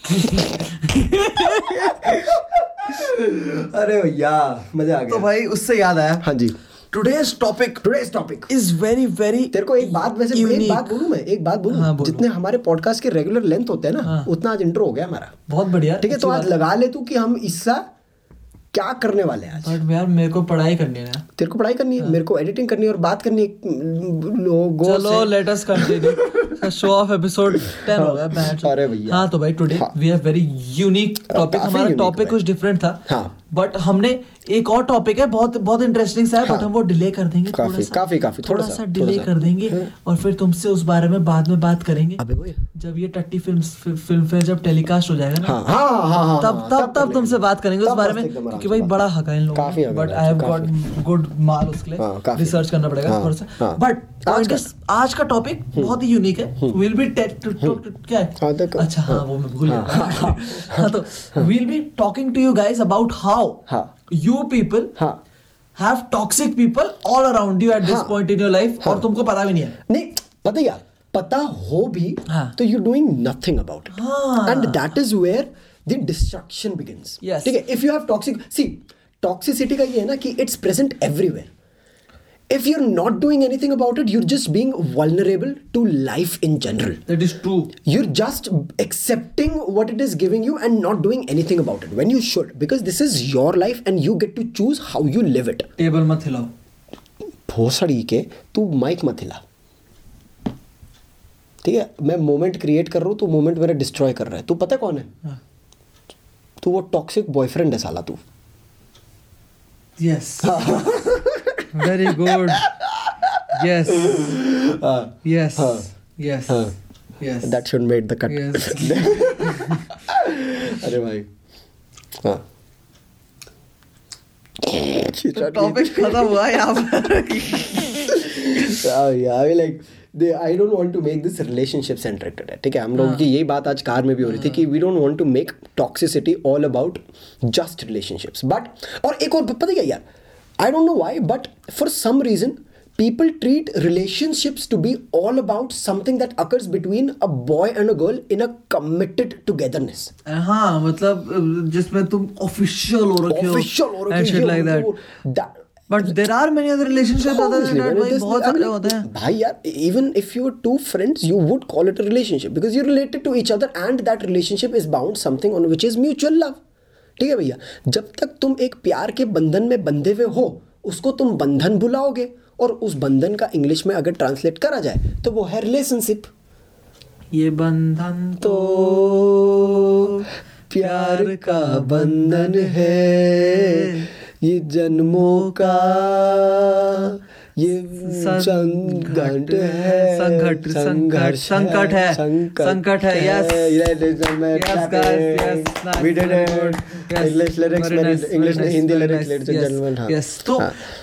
S1: अरे भैया मजा आ
S2: तो भाई उससे याद आया
S1: हाँ जी
S2: today's topic
S1: today's topic
S2: is very very
S1: तेरे को एक बात वैसे एक
S2: Unique.
S1: बात बोलूं मैं एक बात बोलूं
S2: हाँ, बोलो। हाँ।
S1: जितने हमारे पॉडकास्ट के रेगुलर लेंथ होते हैं ना उतना आज इंट्रो हो गया हमारा
S2: बहुत बढ़िया
S1: ठीक है तो आज लगा ले तू कि हम हिस्सा क्या करने वाले हैं आज
S2: बट यार मेरे को पढ़ाई करनी है
S1: तेरे को पढ़ाई करनी
S2: हाँ।
S1: है मेरे को एडिटिंग करनी है और बात करनी है लोगों
S2: चलो let us continue show of episode 10 हो गया बैच
S1: अरे भैया।
S2: हां तो भाई टुडे
S1: हाँ।
S2: We have very unique topic
S1: काफी
S2: हमारा
S1: unique
S2: टॉपिक
S1: है।
S2: कुछ डिफरेंट था
S1: हाँ।
S2: बट हमने एक और टॉपिक है बहुत बहुत इंटरेस्टिंग सा है बट हम वो डिले कर देंगे
S1: काफी,
S2: थोड़ा सा
S1: काफी, काफी, थोड़ा सा, थोड़ा
S2: डिले
S1: सा।
S2: कर देंगे और फिर तुमसे उस बारे में बाद में बात करेंगे
S1: अबे ओए।
S2: जब ये टट्टी फिल्म फिल्म फेयर जब टेलीकास्ट हो जाएगा ना
S1: हाँ हाँ हाँ, हाँ हाँ
S2: तब तब तब तुमसे बात करेंगे उस बारे में क्योंकि भाई बड़ा हक है इन लोगों
S1: काफी हक है
S2: बट
S1: भाई,
S2: आई हैव
S1: काफी।
S2: गॉट गुड माल उसके
S1: हाँ,
S2: लिए
S1: काफी।
S2: रिसर्च करना पड़ेगा
S1: हाँ,
S2: थोड़ा
S1: हाँ।
S2: सा बट
S1: आज हम्म।
S2: आज आज का टॉपिक बहुत ही यूनिक है विल बी क्या
S1: हाँ,
S2: है
S1: देखो।
S2: अच्छा हाँ वो मैं भूल गया हाँ तो will be talking to you guys about how
S1: हाँ।
S2: यू पीपल
S1: हाँ
S2: have toxic people all around you at this
S1: हाँ।
S2: पॉइंट इन योर लाइफ और तुमको पता भी नहीं है
S1: नहीं पता है यार पता हो भी
S2: हाँ।
S1: तो यू डूइंग नथिंग अबाउट
S2: हाँ।
S1: It and that is where the destruction begins
S2: Yes.
S1: ठीक है if you have toxic see toxicity का ये है ना कि it's present everywhere if you are not doing anything about it you're just being vulnerable to life in general
S2: that is true
S1: you're just accepting what it is giving you and not doing anything about it when you should because this is your life and you get to choose how you live it
S2: table मत हिलाओ
S1: भोसड़ी के तू mic मत हिला ठीक है मैं मोमेंट क्रिएट कर रहा हूँ तू मोमेंट मेरा डिस्ट्रॉय कर रहा है तू पता है कौन है
S2: हाँ।
S1: तू वो टॉक्सिक बॉयफ्रेंड है साला तू
S2: Yes. Very good. Yes. yes. yes. yes.
S1: That should made the cut
S2: yes.
S1: अरे भाई हाँ
S2: टॉपिक खत्म हुआ यहाँ पर
S1: Oh, yeah, I mean, like, they- I don't want to make this relationship centric today. ठीक है हम लोगों
S2: हाँ।
S1: की यही बात आज कार में भी हो रही थी कि we don't want to make toxicity all about just relationships but और एक और पता क्या यार I don't know why but for some reason people treat relationships to be all about something that occurs between a boy and a girl in a committed togetherness
S2: हाँ मतलब जिसमें तुम ऑफिशियल हो रखे हो
S1: ऑफिशियल और
S2: and shit like that but there are many other relationships other than
S1: तो Obviously,
S2: that
S1: man,
S2: भाई
S1: this-
S2: बहुत
S1: I mean,
S2: सारे होते हैं
S1: भाई यार even if you two friends you would call it a relationship because you related to each other and that relationship is bound something on which is mutual love ठीक है भैया जब तक तुम एक प्यार के बंधन में बंधे हुए हो उसको तुम बंधन बुलाओगे और उस बंधन का इंग्लिश में अगर ट्रांसलेट करा जाए तो वो है रिलेशनशिप
S2: ये बंधन तो
S1: प्यार का बंधन है ये जन्मों का ये संघट है
S2: संघट- संघट- संकट है, संकट है, yes. Yes, guys, yes, nice, very good. Yes,
S1: English lyrics
S2: very nice,
S1: English
S2: very nice,
S1: Hindi
S2: very
S1: lyrics
S2: nice,
S1: ladies and
S2: yes,
S1: gentleman
S2: yes. तो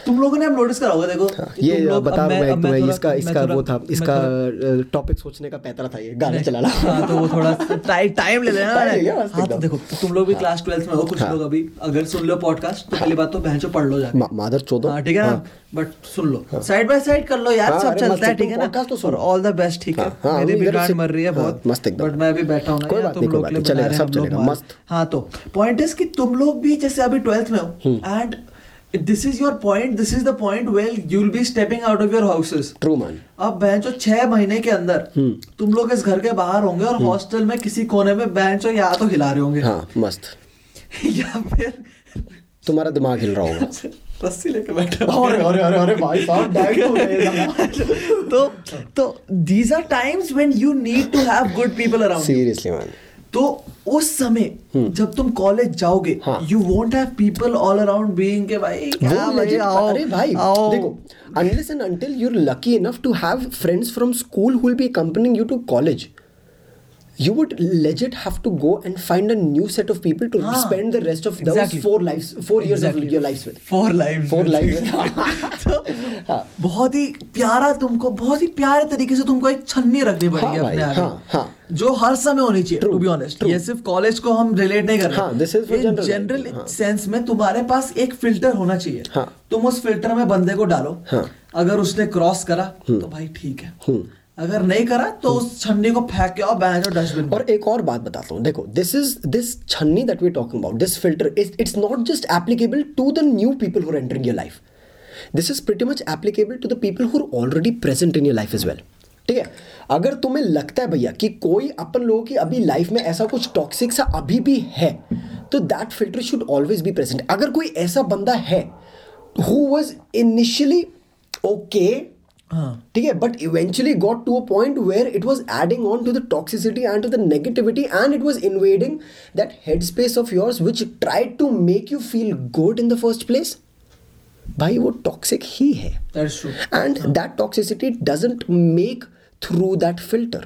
S2: तुम लोगों ने अब नोटिस करा होगा देखो कि
S1: हाँ। ये
S2: तुम लोग- अब
S1: बता रहा हूँ
S2: मैं-
S1: मैं
S2: अब मैं
S1: तुम्हें
S2: थोड़ा-
S1: इसका
S2: मैं
S1: इसका
S2: थोड़ा-
S1: वो था
S2: मैं
S1: इसका
S2: थोड़ा-
S1: टॉपिक सोचने का पैतरा था ये गाना
S2: नहीं,
S1: चलाना
S2: हाँ तो वो थोड़ा टाइम टाइम ले लेना
S1: Time ले लिया,
S2: मैंने।
S1: मस्त
S2: हाँ तो
S1: एकदम।
S2: देखो तुम लोग भी क्लास ट्वेल्थ में हो कुछ
S1: हाँ।
S2: लोग अभी अगर सुन लो पॉडकास्ट तो पहली बात तो बहन चो पढ़ लो जाके
S1: मा- मादर चोदो
S2: हाँ ठीक है ना बट सुन लो साइड बाय साइड कर लो यार
S1: हाँ,
S2: सब
S1: अरे
S2: चलता
S1: मस्त
S2: है
S1: एकदम,
S2: ठीक है ना
S1: podcast तो सुनो।
S2: ऑल द बेस्ट ठीक है
S1: हाँ, हाँ,
S2: मेरी
S1: अभी
S2: भी
S1: इधर
S2: गांड
S1: से-
S2: मर रही है
S1: हाँ,
S2: बहुत
S1: मस्त एकदम।
S2: बट मैं अभी बैठा हूँ ना
S1: कोई
S2: यार,
S1: बात
S2: तुम
S1: नहीं, कोई
S2: लोग
S1: बात
S2: के लिए
S1: नहीं, चलेगा,
S2: बना रहे
S1: सब
S2: हम लोग
S1: चलेगा,
S2: माल।
S1: मस्त।
S2: हाँ तो पॉइंट इज कि तुम लोग भी जैसे अभी ट्वेल्थ में हो
S1: हम्म।
S2: And this is your point this is the point well you will be stepping out of your houses
S1: true man
S2: अब बेंचो छह महीने के अंदर
S1: हम्म।
S2: तुम लोग इस घर के बाहर होंगे और हॉस्टल में किसी कोने में बेंचो या तो हिला रहे होंगे
S1: हाँ मस्त
S2: या फिर
S1: तुम्हारा दिमाग हिल रहा होगा
S2: रस्सी लेके बैठे होंगे।
S1: अरे अरे अरे अरे भाई साहब डैग तो
S2: तो तो these are times when you need to have good people around
S1: seriously man
S2: तो उस समय जब तुम कॉलेज जाओगे
S1: Hmm. हाँ।
S2: You won't have people all around being के भाई
S1: वो
S2: क्या भाई
S1: legit-
S2: Ah, आओ
S1: अरे भाई
S2: आओ
S1: देखो unless and until you're lucky enough to have friends from school who will be accompanying you to college you would legit have to go and find a new set of people to
S2: हाँ,
S1: spend the rest of those
S2: exactly.
S1: four lives four years
S2: Exactly.
S1: of your lives with
S2: four life
S1: four lives
S2: तो बहुत ही प्यारा तुमको बहुत ही प्यारे तरीके से तुमको एक छन्नी रखनी पड़ेगी
S1: हाँ भाई,
S2: अपने आगे
S1: हाँ, हाँ।
S2: जो हर समय होनी चाहिए टू बी ऑनेस्ट ये सिर्फ कॉलेज को हम रिलेट नहीं कर
S1: हाँ, this is for general.
S2: General
S1: हाँ।
S2: सेंस में तुम्हारे पास एक फिल्टर होना चाहिए
S1: हाँ।
S2: तुम उस फिल्टर में बंदे को डालो
S1: हाँ। हम्म।
S2: अगर उसने क्रॉस करा तो भाई ठीक है अगर नहीं करा तो उस छन्नी को फेंक के और बैंक डस्टबिन
S1: और एक और बात बताता हूँ देखो दिस इज दिस छन्नी that we talking about this filter is it's not just applicable to the new people who are entering your life this is pretty much applicable to the people who are already present in your life is well ठीक है अगर तुम्हें लगता है भैया कि कोई अपन लोगों की अभी लाइफ में ऐसा कुछ टॉक्सिक सा अभी भी है तो that filter should always be present अगर कोई ऐसा बंदा है हु वॉज इनिशियली ओके
S2: हाँ
S1: ठीक है but eventually got to a point where it was adding on to the toxicity and to the negativity and it was invading that head space of yours which try to make you feel good in the first place भाई वो toxic ही है
S2: that's true
S1: and that toxicity doesn't make through that filter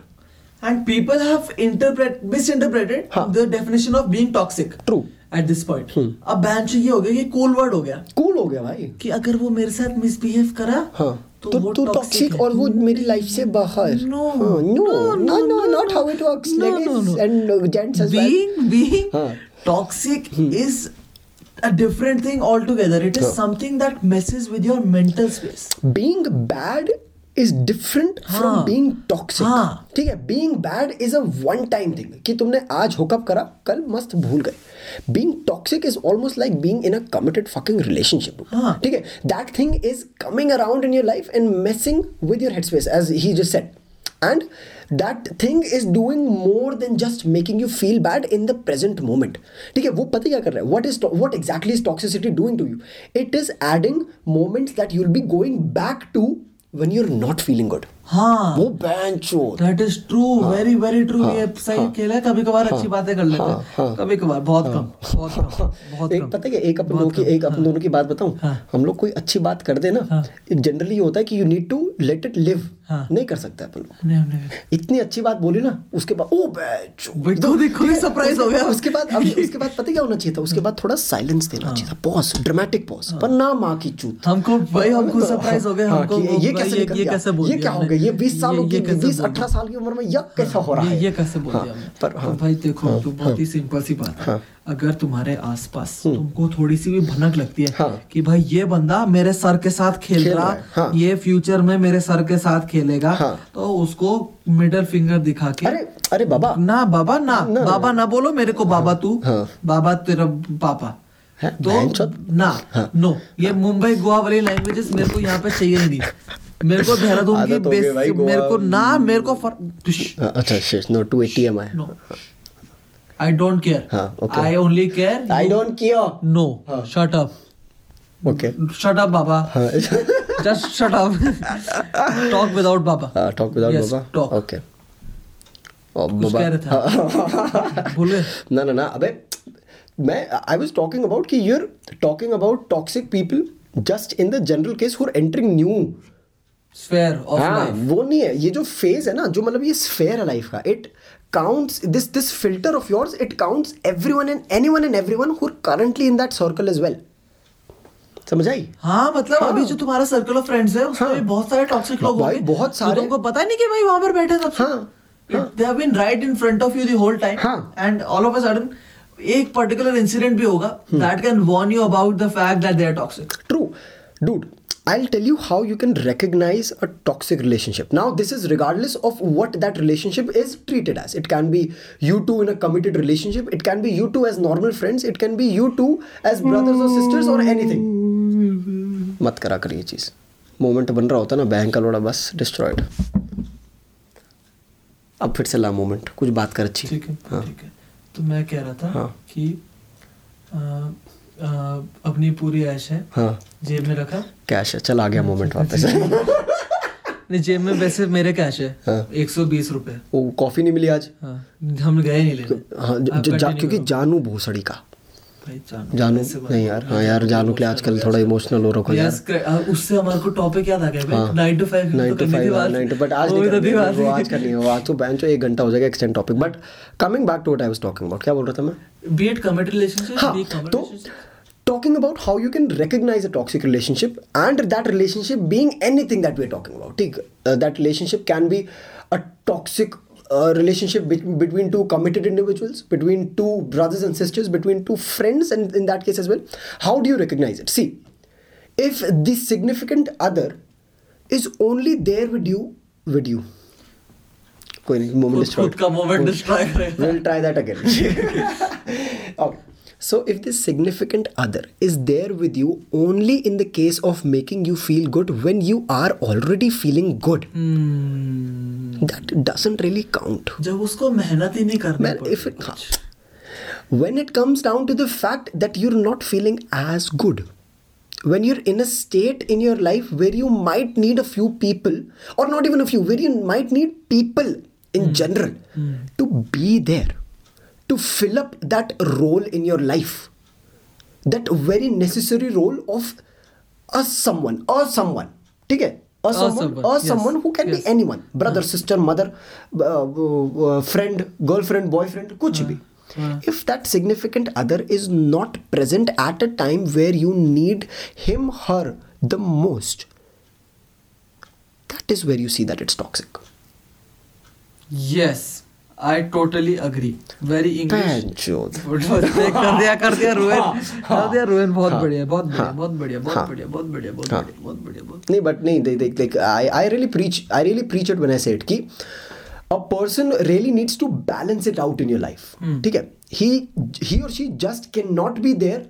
S2: and people have interpret misinterpreted
S1: हाँ.
S2: the definition of being toxic
S1: True. हम्म।
S2: at this point अब बैन ये हो गया ये कोल्ड वर्ड हो गया
S1: कूल हो गया भाई
S2: कि अगर वो मेरे साथ मिसबिहेव करा
S1: हाँ तो
S2: वो
S1: तू टॉक्सिक और वो मेरी लाइफ से बाहर
S2: No.
S1: हाँ, no
S2: No,
S1: no
S2: no,
S1: no
S2: no,
S1: not
S2: no.
S1: how it works
S2: No,
S1: ladies
S2: no, no.
S1: and uh, gents as well Hmm.
S2: being being
S1: हाँ.
S2: toxic is a different thing altogether it is something that messes with your mental space
S1: being bad is different from
S2: हाँ।
S1: being toxic
S2: हाँ।
S1: ठीक है being bad is a one time thing कि तुमने आज hookup करा कल मस्त भूल गए being toxic is almost like being in a committed fucking relationship
S2: हाँ।
S1: ठीक है that thing is coming around in your life and messing with your headspace as he just said and that thing is doing more than just making you feel bad in the present moment ठीक है वो पता क्या कर रहा है what is what exactly is toxicity doing to you it is adding moments that you'll be going back to when you're not feeling good
S2: हाँ
S1: वो बेंचो
S2: that is true very very true ये सही खेला है कभी कभार अच्छी बातें कर लेते हैं कभी कभार बहुत कम बहुत कम बहुत
S1: एक
S2: कम हाँ।
S1: पता है क्या एक अपन दोनों की एक अपन दोनों की बात बताऊं हम लोग कोई अच्छी बात कर दे ना जनरली ये होता है कि you need to let it live
S2: हाँ।
S1: नहीं कर सकते अपन लोग
S2: नहीं नहीं
S1: इतनी अच्छी बात बोली ना उसके बाद ओ बेचो
S2: भाई तो देखो ये सरप्राइज हो गया हाँ।
S1: उसके बाद अब उसके बाद पता क्या होना चाहिए था उसके बाद थोड़ा साइलेंस देना चाहिए था पॉज ड्रामेटिक पॉज पर ना माँ की चूत
S2: हमको हाँ। भाई हमको सरप्राइज हो गया
S1: हाँ,
S2: हमको
S1: कि
S2: वो-
S1: ये कैसे
S2: ये,
S1: निकल
S2: ये
S1: गया?
S2: कैसे बोल
S1: ये
S2: दिया
S1: क्या हो
S2: हमने?
S1: गया ये 20 सालों
S2: ये-
S1: की
S2: ये कैसे
S1: 20
S2: बोल दिया? हाँ,
S1: 18 साल की उम्र में ये कैसा हो रहा
S2: ये,
S1: है
S2: ये कैसे बोल
S1: हाँ,
S2: दिया हमने?
S1: पर हाँ,
S2: भाई देखो तो बहुत ही सिंपल सी बात है अगर तुम्हारे आसपास तुमको थोड़ी सी भी भनक लगती है
S1: हम्म। हाँ।
S2: कि भाई ये बंदा मेरे सर के साथ खेल
S1: खेल रहा
S2: रहा
S1: है, हाँ।
S2: ये फ्यूचर में मेरे सर के साथ खेलेगा
S1: हाँ।
S2: तो उसको मिडिल फिंगर दिखा के
S1: अरे अरे बाबा
S2: ना बाबा ना
S1: ना,
S2: बाबा ना बोलो मेरे को बाबा तू
S1: हाँ।
S2: बाबा तेरा पापा
S1: है, हाँ।
S2: तो
S1: बहनचोद।
S2: ना नो ये मुंबई गोवा वाली लैंग्वेजेस मेरे को यहाँ पे चाहिए ही नहीं मेरे को देहरादून की
S1: आदत हो गई
S2: बेस
S1: भाई गोवा।
S2: मेरे को ना मेरे को फर...
S1: हाँ, अच्छा शेष no 280 am I
S2: no I don't
S1: हाँ,
S2: care
S1: okay.
S2: I only care
S1: I don't care
S2: no
S1: हाँ.
S2: Shut up
S1: okay
S2: shut up बाबा just shut up talk without बाबा
S1: टॉक विदाउट
S2: Yes,
S1: बाबा
S2: talk.
S1: ओके और
S2: कुछ कह
S1: बाबा
S2: रहे थे भूल गए
S1: ना ना ना अबे मैं आई वाज टॉकिंग अबाउट कि you're talking about toxic people just in the general case for entering new
S2: sphere of
S1: हाँ
S2: लाइफ
S1: वो नहीं है ये जो फेज है ना जो मतलब ये स्फेयर है लाइफ का it counts this this filter of yours it counts everyone and anyone and everyone who currently in that circle as well समझ आई
S2: हाँ मतलब
S1: हाँ।
S2: अभी जो तुम्हारा सर्कल ऑफ फ्रेंड्स है उसमें
S1: हाँ।
S2: भी बहुत सारे टॉक्सिक लोग
S1: भाई,
S2: होंगे
S1: बहुत
S2: जो
S1: सारे।
S2: तुमको पता नहीं कि भाई वहां पर बैठे सब
S1: हाँ, हाँ।
S2: They have been right in front of you the whole time
S1: हाँ।
S2: And all of a sudden एक पर्टिकुलर इंसिडेंट भी होगा that can warn you about the fact that they are toxic
S1: True. Dude, I'll tell you how you can recognize a toxic relationship. Now, this is regardless of what that relationship is treated as. It can be you two in a committed relationship, it can be you two as normal friends, it can be you two as brothers or sisters or anything. मत करा कर ये चीज moment बन रहा होता ना बैंक का लोड़ा बस डिस्ट्रॉयड अब फिर से ला मोमेंट कुछ बात कर अच्छी
S2: ठीक है ठीक है तो मैं कह रहा था
S1: हाँ।
S2: कि अ, अ, अपनी पूरी ऐश है
S1: हाँ
S2: जेब में रखा
S1: कैश है चल आ गया मोमेंट वापस
S2: नहीं जेब में वैसे मेरे कैश है
S1: हाँ।
S2: एक सौ बीस रुपए
S1: वो कॉफी नहीं मिली आज
S2: हाँ, हम गए नहीं लेने
S1: हाँ ज-
S2: आप
S1: ज- जा,
S2: continue
S1: क्योंकि
S2: करो।
S1: जानू भोसड़ी का
S2: भाई,
S1: जानू
S2: ऐसे बात
S1: नहीं
S2: करो।
S1: यार हाँ यार जानू के लिए आजकल थोड़ा इमोशनल हो रखो यार
S2: Yes, correct. हाँ, उससे हमारे को टॉपिक याद आ गया भाई
S1: हाँ।
S2: 9 to तो 5
S1: 9 to 5 हाँ, 9 to बट आज नहीं करनी है, वो आज
S2: आज
S1: करनी है वो आज तो बहन जो एक घंटा हो जाएगा extend topic but coming back to what I was talking about क्या बोल रहा था मैं
S2: be it commit relationship be
S1: हाँ
S2: कमिट
S1: तो talking about how you can recognize a toxic relationship and that relationship being anything that we are talking about ठीक uh, that relationship can be a toxic uh, relationship between two committed individuals between two brothers and sisters between two friends and in that case as well how do you recognize it see if the significant other is only there with you with you कोई नहीं moment
S2: खुद का moment destroy करेगा
S1: We'll try that again. okay. So, if the significant other is there with you only in the case of making you feel good when you are already feeling good, Hmm. that doesn't really count.
S2: जब उसको मेहनत ही नहीं करनी
S1: Man,
S2: पड़े
S1: if it, हाँ, when it comes down to the fact that you're not feeling as good when you're in a state in your life where you might need a few people or not even a few where you might need people in general to be there to fill up that role in your life that very necessary role of a someone or someone ठीक है a someone
S3: someone,
S1: or
S3: yes,
S1: someone who can
S3: yes.
S1: be anyone brother sister mother uh, friend girlfriend boyfriend कुछ भी if that significant other is not present at a time where you need him her the most that is where you see that it's toxic
S3: yes i totally agree very english
S1: Panchod.
S3: What was it? कर दिया कर दिया ruin कर दिया ruin बहुत बढ़िया बहुत बढ़िया
S1: हाँ,
S3: बहुत बढ़िया बहुत
S1: हाँ,
S3: बढ़िया बहुत बढ़िया बहुत
S1: हाँ।
S3: बढ़िया बहुत बढ़िया बहुत
S1: नहीं बट नहीं देख देख like I I really preach I really preach it when I said कि a person really needs to balance it out in your life ठीक है ही ही और she just can not be there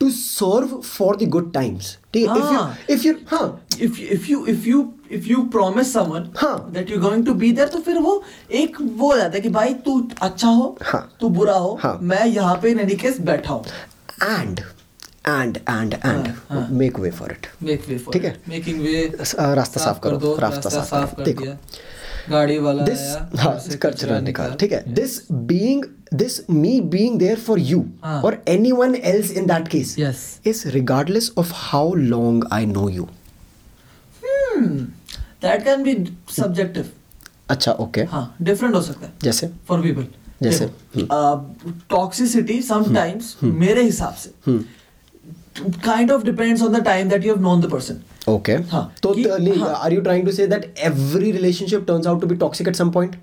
S1: to serve for the good times ठीक है
S2: हाँ।
S1: If you if you हां
S2: if you- if you if you if you promise someone
S1: हाँ।
S2: that you're going to be there तो फिर वो एक वो हो जाता है कि भाई तू अच्छा हो
S1: हाँ।
S2: तू बुरा हो
S1: हाँ।
S2: मैं यहाँ पे इन एनी केस बैठा हूँ
S1: and and and and make way for it
S2: हाँ.
S3: मेक वे फॉर
S1: ठीक है।
S3: मेकिंग वे
S1: स- आ, रास्ता साफ करो, रास्ता साफ
S3: साफ
S1: करो,
S3: कर
S1: देखो।
S3: दिया गाड़ी वाला
S1: दिस
S3: आया
S1: हाँ
S3: उससे
S1: कचरा निकाल ठीक है this being this me being there for you
S3: हाँ।
S1: और anyone else in that case
S3: Yes.
S1: Is regardless of how long I know you
S2: that can be subjective
S1: अच्छा ओके
S2: हाँ डिफरेंट हो सकता है
S1: जैसे
S2: फॉर पीपल
S1: जैसे,
S2: टॉक्सिसिटी समटाइम्स uh,
S1: हम्म।
S2: मेरे हिसाब से kind of depends on the time that you have known the person
S1: okay
S2: हाँ,
S1: तो
S2: कि- हाँ।
S1: Are you trying to say that every relationship turns out to be toxic at some point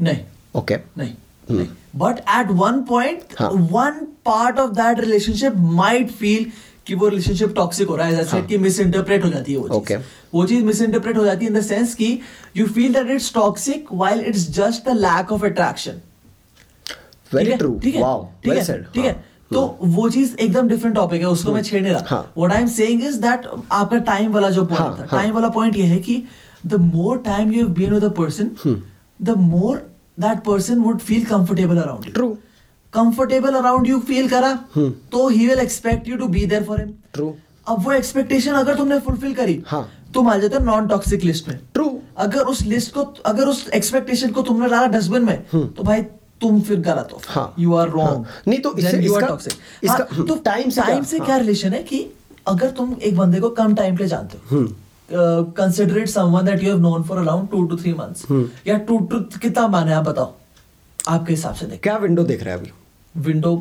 S2: नहीं
S1: okay
S2: नहीं but at one point
S1: Hmm. हाँ।
S2: One part of that relationship might feel कि वो relationship toxic हो रहा है जैसे कि मिस हो जाती है वो चीज
S1: हाँ. Okay.
S2: वो चीज मिस हो जाती है इन द सेंस कि you feel that it's toxic while it's just the lack of attraction
S1: very true
S2: ठीक है
S1: वाओ
S2: ठीक
S1: वेल
S2: है
S1: सेड
S2: ठीक है तो वो चीज एकदम डिफरेंट टॉपिक है उसको मैं छेड़ नहीं रहा
S1: हाँ।
S2: What I am saying is that आपका टाइम वाला जो
S1: हाँ,
S2: पॉइंट था
S1: हाँ।
S2: टाइम वाला पॉइंट ये है कि the more time you have been with a
S1: Hmm.
S2: Person the more that person would feel comfortable around you
S1: True.
S2: Comfortable around you feel करा तो he will expect you to be there for him
S1: hmm. True.
S2: अब वो expectation अगर तुमने fulfil करी
S1: हाँ।
S2: तुम आ जाते हो नॉन टॉक्सिक लिस्ट में
S1: True.
S2: अगर उस लिस्ट को अगर उस एक्सपेक्टेशन को तुमने डाला डस्टबिन में तो भाई तुम फिर गलत हो
S1: हम्म। हाँ।
S2: यू आर रॉन्ग
S1: हाँ। नहीं, तो इससे- इसका- इसका- हम्म,
S2: तो टाइम से टाइम से
S1: हाँ।
S2: क्या रिलेशन है कि अगर तुम एक बंदे को कम टाइम के लिए जानते हो
S1: हम्म।
S2: Consider it someone that you have known for around two two three months
S1: हम्म।
S2: या टू टू कितना माने आप बताओ आपके हिसाब से देख
S1: क्या विंडो देख रहा है अभी
S2: विंडो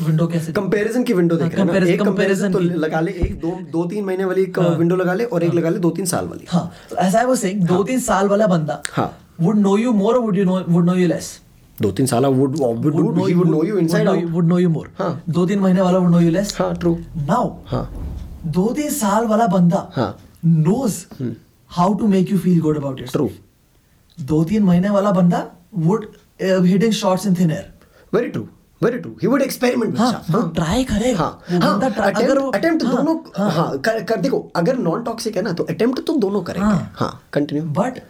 S2: विंडो कैसे
S1: कंपैरिजन की विंडो देख रहा है ना
S2: हाँ, comparison-
S1: एक कंपैरिजन तो
S2: comparison की।
S1: लगा ले एक दो दो तीन महीने वाली विंडो लगा ले और एक लगा ले दो तीन साल वाली
S2: हाँ तो ऐसा है वो सेइंग दो तीन साल वाला बंदा
S1: हाँ।
S2: Would know you more would you know would know you less
S1: दो तीन साल would would
S2: would know
S1: he
S2: you-
S1: would know you
S2: would
S1: inside
S2: know you-
S1: out
S2: would know you more.
S1: हाँ।
S2: दो तीन महीने वाला would know you less.
S1: हां true
S2: Now,
S1: हाँ
S2: दो तीन साल वाला
S1: हाँ। हम्म।
S2: बंदा knows how to make you feel good about yourself.
S1: True
S2: दो तीन महीने वाला बंदा would uh, hitting shots in thin air.
S1: Very true very true he would experiment
S2: हाँ, वो try करेगा।
S1: हाँ
S2: वो
S1: हाँ
S2: बंदा try- अगर वो-
S1: attempt- attempt
S2: हाँ,
S1: दोनों हाँ कर कर देखो अगर नॉन टॉक्सिक है ना तो अटेम्प्ट तो दोनों करेंगे
S2: हाँ।
S1: हाँ continue
S2: But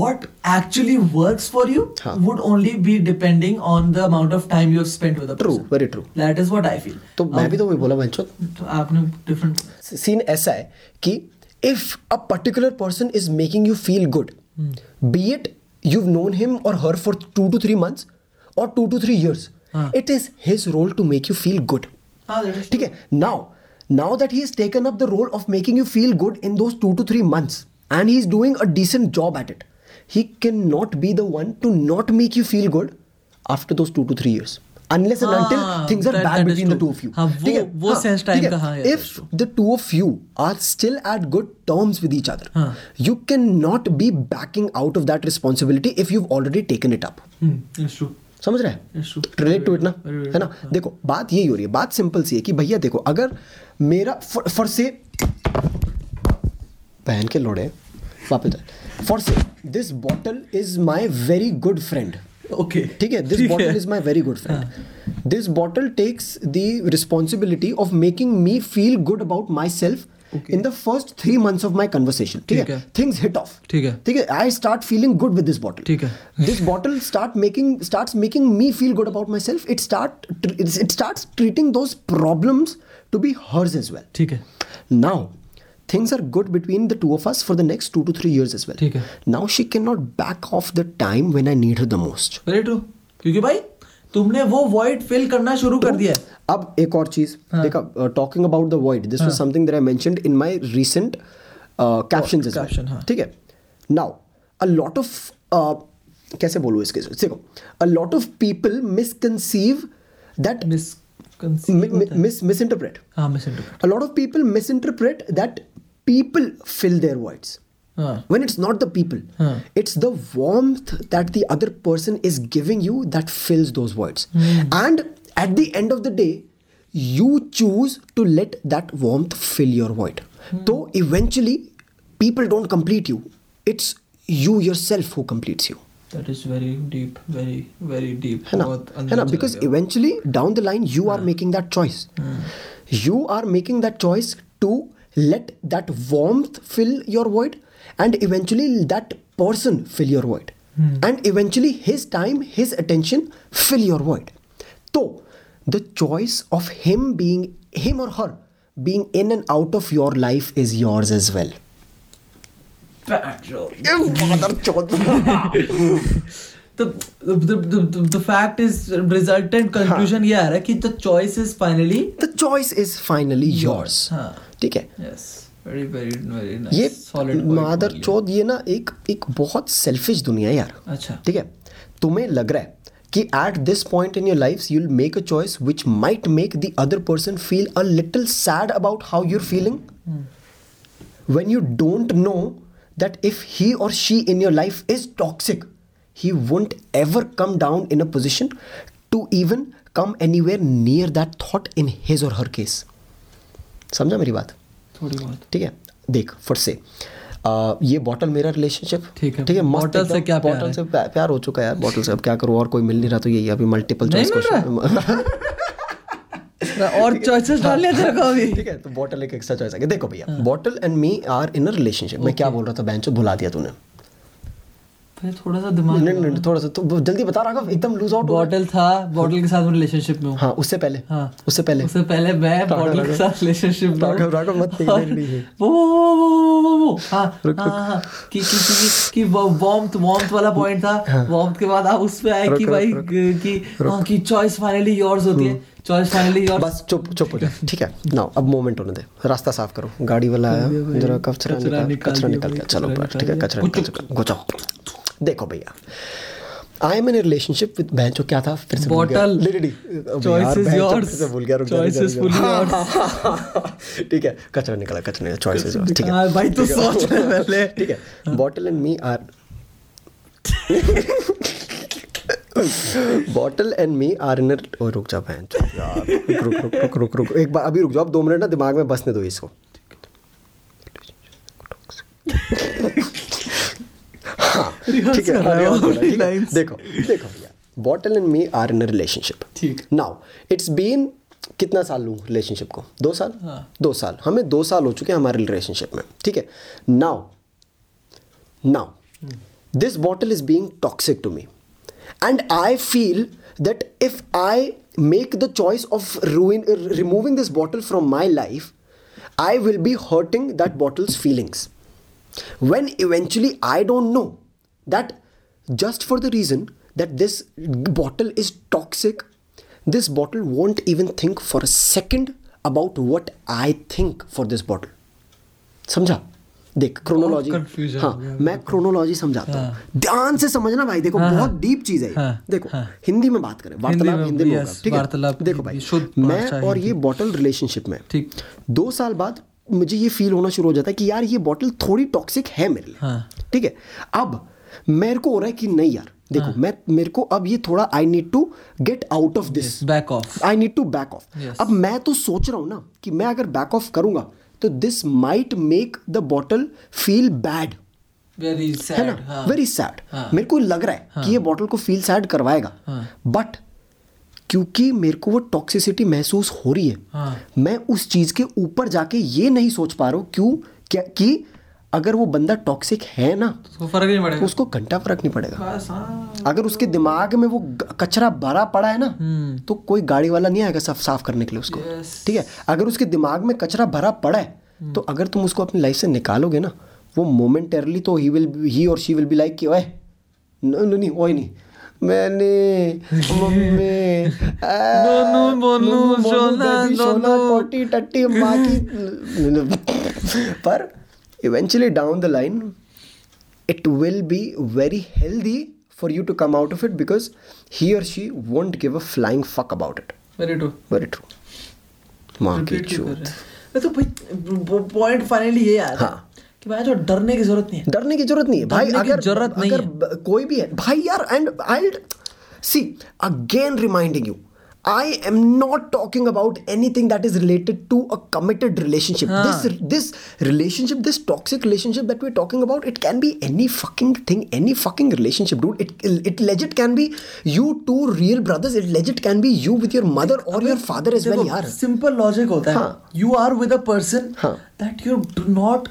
S2: what actually works for you
S1: हाँ।
S2: would only be depending on the amount of time you have spent with a
S1: true
S2: person.
S1: Very true
S2: That is what I feel.
S1: तो मैं भी तो वही बोला बहनचोद
S2: तो आपने different
S1: सीन ऐसा है कि if a particular person is making you feel good
S2: Hmm.
S1: Be it you known him और her for two two three months और टू टू थ्री ईयर्स
S2: हाँ।
S1: It is his role to make you feel good
S2: हाँ, that is
S1: ठीक है now now that he is taken up the role of making you feel good in those two two three months and he is doing a decent job at it he can not be the one to not make you feel good after those two two three years Unless and
S2: हाँ,
S1: until things are
S2: that-
S1: bad
S2: that is
S1: between the
S2: true.
S1: two of you.
S2: हाँ, वो-
S1: ठीक है?
S2: वो
S1: हाँ,
S2: sense time
S1: ठीक है?
S2: का, हाँ, yes,
S1: If the two of you are still at good terms with each other,
S2: हाँ.
S1: you cannot be backing out of that responsibility if you've already taken it up.
S2: Hmm, it's true.
S1: समझ रहे हैं
S2: Yes, true.
S1: Relate to it ना
S2: Very, very
S1: है ना देखो बात यही हो रही है बात सिंपल सी है कि भैया देखो अगर मेरा फॉर से पहन के लोड़े वापस जाए for say this bottle is my very good friend
S2: Okay.
S1: ठीक है this bottle is my very good friend this bottle takes the responsibility of making me feel good about my self in the first three months of my conversation ठीक
S3: ठीक
S1: है
S3: है।
S1: Things hit off
S3: ठीक है।
S1: ठीक है I start feeling good with this bottle
S3: ठीक है।
S1: This bottle start making start making me feel good about my self it start it start treating those problems to be hers as well
S3: ठीक है
S1: Now, things are good between the two of us for the next two to three years as well.
S3: ठीक है।
S1: Now she cannot back off the time when I need her the most.
S3: Very true
S2: क्योंकि भाई तुमने वो void fill करना शुरू कर दिया है
S1: अब एक और चीज
S2: हाँ।
S1: देखा uh, talking about the void this was something that I mentioned in my recent uh, captions as
S2: caption, हाँ।
S1: ठीक है now a lot of uh, कैसे बोलूं इसके देखो a lot of people misconceive that
S2: mis
S1: mis misinterpret
S2: हाँ misinterpret
S1: a lot of people misinterpret that people fill their voids
S2: हाँ
S1: when it's not the people
S2: Huh.
S1: it's the warmth that the other person is giving you that fills those voids and at the end of the day you choose to let that warmth fill your void though eventually people don't complete you it's you yourself who completes you
S2: that is very deep very very deep
S1: है ना
S2: बहुत
S1: है
S2: अंदर
S1: ना
S2: चला
S1: because
S2: गया।
S1: Eventually down the line you
S2: हाँ।
S1: Are making that choice you are making that choice to let that warmth fill your void and eventually that person fill your void
S2: Hmm.
S1: And eventually his time his attention fill your void तो the choice of him being him और her being in and out of your life is yours as well
S2: Petrol. The, the, the, the, the fact is
S1: हाँ.
S2: resultant conclusion ये आ रहा है कि the choice is finally
S1: the choice is finally yours
S2: हाँ.
S1: ठीक है
S2: yes very very very nice
S1: ये
S2: solid point
S1: मादर
S2: बोल लिया।
S1: चौथ ये ना एक एक बहुत सेल्फिश दुनिया है यार
S2: अच्छा
S1: ठीक है तुम्हें लग रहा है कि at this point in your life you make a choice which might make the other person feel a little sad about how you're feeling
S2: Hmm.
S1: when you don't know that if he or she in your life is toxic, he won't ever come down in a position to even come anywhere near that thought in his or her case. समझा मेरी बात
S2: थोड़ी बहुत
S1: ठीक है देख फट से आ, ये बॉटल मेरा रिलेशनशिप
S2: ठीक है।
S1: ठीक है मस्त
S2: Bottle से
S1: एकदम-
S2: क्या प्यार
S1: bottle
S2: है?
S1: से प्या- प्यार हो चुका है यार बॉटल से अब क्या करूँ और कोई मिल नहीं रहा तो यही अभी मल्टीपल
S2: नहीं
S1: चॉइस
S2: मिल
S1: क्वेश्चन
S2: और choices डाल लिया तेरे को अभी हाँ।
S1: ठीक है तो बॉटल एक एक्स्ट्रा चॉइस आ गया देखो भैया bottle and me are in a relationship मैं क्या बोल रहा था बेंचो भुला दिया तूने
S2: हाँ।
S3: हाँ।
S2: पहले थोड़ा सा दिमाग
S1: नहीं नहीं थोड़ा सा तो वो जल्दी बता राघव एकदम लूज आउट
S2: बॉटल था बॉटल के साथ रिलेशनशिप में हूँ
S1: हाँ उससे पहले
S2: हाँ।
S1: उससे पहले
S2: उससे पहले मैं
S1: राघव,
S2: बॉटल के
S1: राघव।
S2: साथ हाँ। रिलेशनशिप में
S1: राघव,
S2: हूँ।
S1: राघव, मत देखना,
S2: और
S1: नहीं है।
S2: वो वो वो वो वो वो हाँ
S1: रुक,
S2: हाँ, हाँ, कि कि कि कि, कि वार्मथ वार्मथ वाला पॉइंट था
S1: हाँ।
S2: वार्मथ के बाद आप उस पे आए
S1: रुक,
S2: कि
S1: रुक,
S2: भाई
S1: रुक।
S2: कि हाँ कि चॉइस फाइनली योर्स होती है
S1: हम्म।
S2: चॉइस फाइनली योर्स
S1: बस चुप चुप हो जा ठीक है ना अब मोमेंट होने दे रास्ता साफ करो गाड़ी वाला आया जरा कचरा
S2: कचरा
S1: निकाल
S2: निकाल
S1: कचरा
S2: दिया
S1: निकाल
S2: भाई,
S1: के चलो
S2: कचरा
S1: बस, ठीक है
S2: निकाल
S1: कचरा निकाल चुका घुसाओ देखो भैया I am in relationship with भैंचो क्या था फिर से भूल गया।
S2: Bottle.
S1: Literally, अब
S2: Choice
S1: यार,
S2: is
S1: भैंचो,
S2: yours.
S1: फिर से भूल गया रुक जा, रुक
S2: Choice
S1: जा,
S2: is
S1: रुक जा।
S2: fully
S1: हाँ,
S2: yours.
S1: हाँ, हाँ, हाँ, ठीक है कचरा निकाला कचरा निकाला चॉइस इज ठीक है
S2: हाँ, भाई, तू
S1: ठीक है।
S2: सोच ले पहले।
S1: ठीक है bottle and me are bottle and me are in रुक जा बहन चोद यार रुक रुक रुक रुक रुक एक बार अभी रुक जाओ अब दो मिनट ना दिमाग में बसने दो इसको हाँ,
S2: Rehearse
S1: ठीक है,
S2: कर रहा है
S1: rehearse
S2: वो
S1: कर रहा है, ठीक है।
S2: lines.
S1: देखो देखो भैया bottle and me are in relationship
S2: ठीक।
S1: नाउ इट्स बीन कितना साल लूँ रिलेशनशिप को दो साल
S2: हाँ।
S1: दो साल हमें दो साल हो चुके हैं हमारे रिलेशनशिप में ठीक है now Now, this bottle is being toxic to me. And I feel that if I make the choice of ruin, uh, removing this bottle from my life, I will be hurting that bottle's feelings. When eventually I don't know that just for the reason that this bottle is toxic, this bottle won't even think for a second about what I think for this bottle. समझा देख chronology
S2: confusion
S1: हाँ
S2: हो गया
S1: मैं chronology समझाता हूँ ध्यान से समझना भाई देखो बहुत डीप चीज है ये।
S2: हाँ,
S1: देखो
S2: हाँ।
S1: हिंदी में बात करें वार्तालाप
S2: में,
S1: हिंदी में होगा
S2: yes,
S1: ठीक है
S2: वार्तालाप
S1: देखो
S2: हिंदी,
S1: भाई
S2: शुद्ध
S1: मैं
S2: भाषा
S1: और
S2: हिंदी।
S1: ये बॉटल रिलेशनशिप में है।
S2: ठीक।
S1: दो साल बाद मुझे ये फील होना शुरू हो जाता है कि यार ये बॉटल थोड़ी टॉक्सिक है मेरे लिए
S2: हाँ।
S1: ठीक है अब मेरे को हो रहा है कि नहीं यार देखो
S2: हाँ।
S1: मैं मेरे को अब ये थोड़ा I need to get out of this
S2: back off
S1: I need to back off
S2: Yes.
S1: अब मैं तो सोच रहा हूँ ना कि मैं अगर बैक ऑफ करूंगा तो this might make the bottle feel bad
S2: very
S1: है
S2: सैड
S1: ना वेरी सैड
S2: हाँ।
S1: मेरे को लग रहा है कि ये बॉटल को फील सैड करवाएगा बट क्योंकि मेरे को वो टॉक्सिसिटी महसूस हो रही है
S2: हाँ।
S1: मैं उस चीज़ के ऊपर जाके ये नहीं सोच पा रहा हूँ क्यों क्या कि अगर वो बंदा टॉक्सिक है ना
S3: उसको फर्क नहीं पड़ेगा
S1: उसको घंटा फर्क नहीं पड़ेगा
S3: बस हाँ
S1: अगर उसके दिमाग में वो ग- कचरा भरा पड़ा है ना तो कोई गाड़ी वाला नहीं आएगा साफ साफ करने के लिए उसको
S3: Yes.
S1: ठीक है अगर उसके दिमाग में कचरा भरा पड़ा है तो अगर तुम उसको अपनी लाइफ से निकालोगे ना वो मोमेंटेरली तो ही विल ही और शी विल बी लाइक कि ओए न- न- नहीं ओए नहीं मैंने मम्मी आ,
S3: नोनू, मोनू,
S1: मोनू,
S3: शोना,
S1: बेबी, शोना,
S3: नोनू।
S1: टोटी टट्टी माँ की पर eventually down the line it will be very healthy for you to come out of it because he or she won't give a flying fuck about it.
S3: Very true
S1: Very true. माँ की चूत
S2: मैं तो भाई point finally ये आया था
S1: हाँ।
S2: कि भाई तो डरने की जरूरत नहीं है
S1: डरने की जरूरत नहीं है भाई
S3: डरने की
S1: अगर
S3: जरूरत नहीं
S1: अगर
S3: है।
S1: ब- कोई भी है भाई यार and I see again reminding you I am not talking about anything that is related to a committed relationship
S3: हाँ।
S1: This this relationship this toxic relationship that we talking about it can be any fucking thing any fucking relationship dude it it legit can be you two real brothers it legit can be you with your mother और your father as well यार
S2: simple logic होता
S1: हाँ।
S2: है you are with a person
S1: हाँ।
S2: That you do not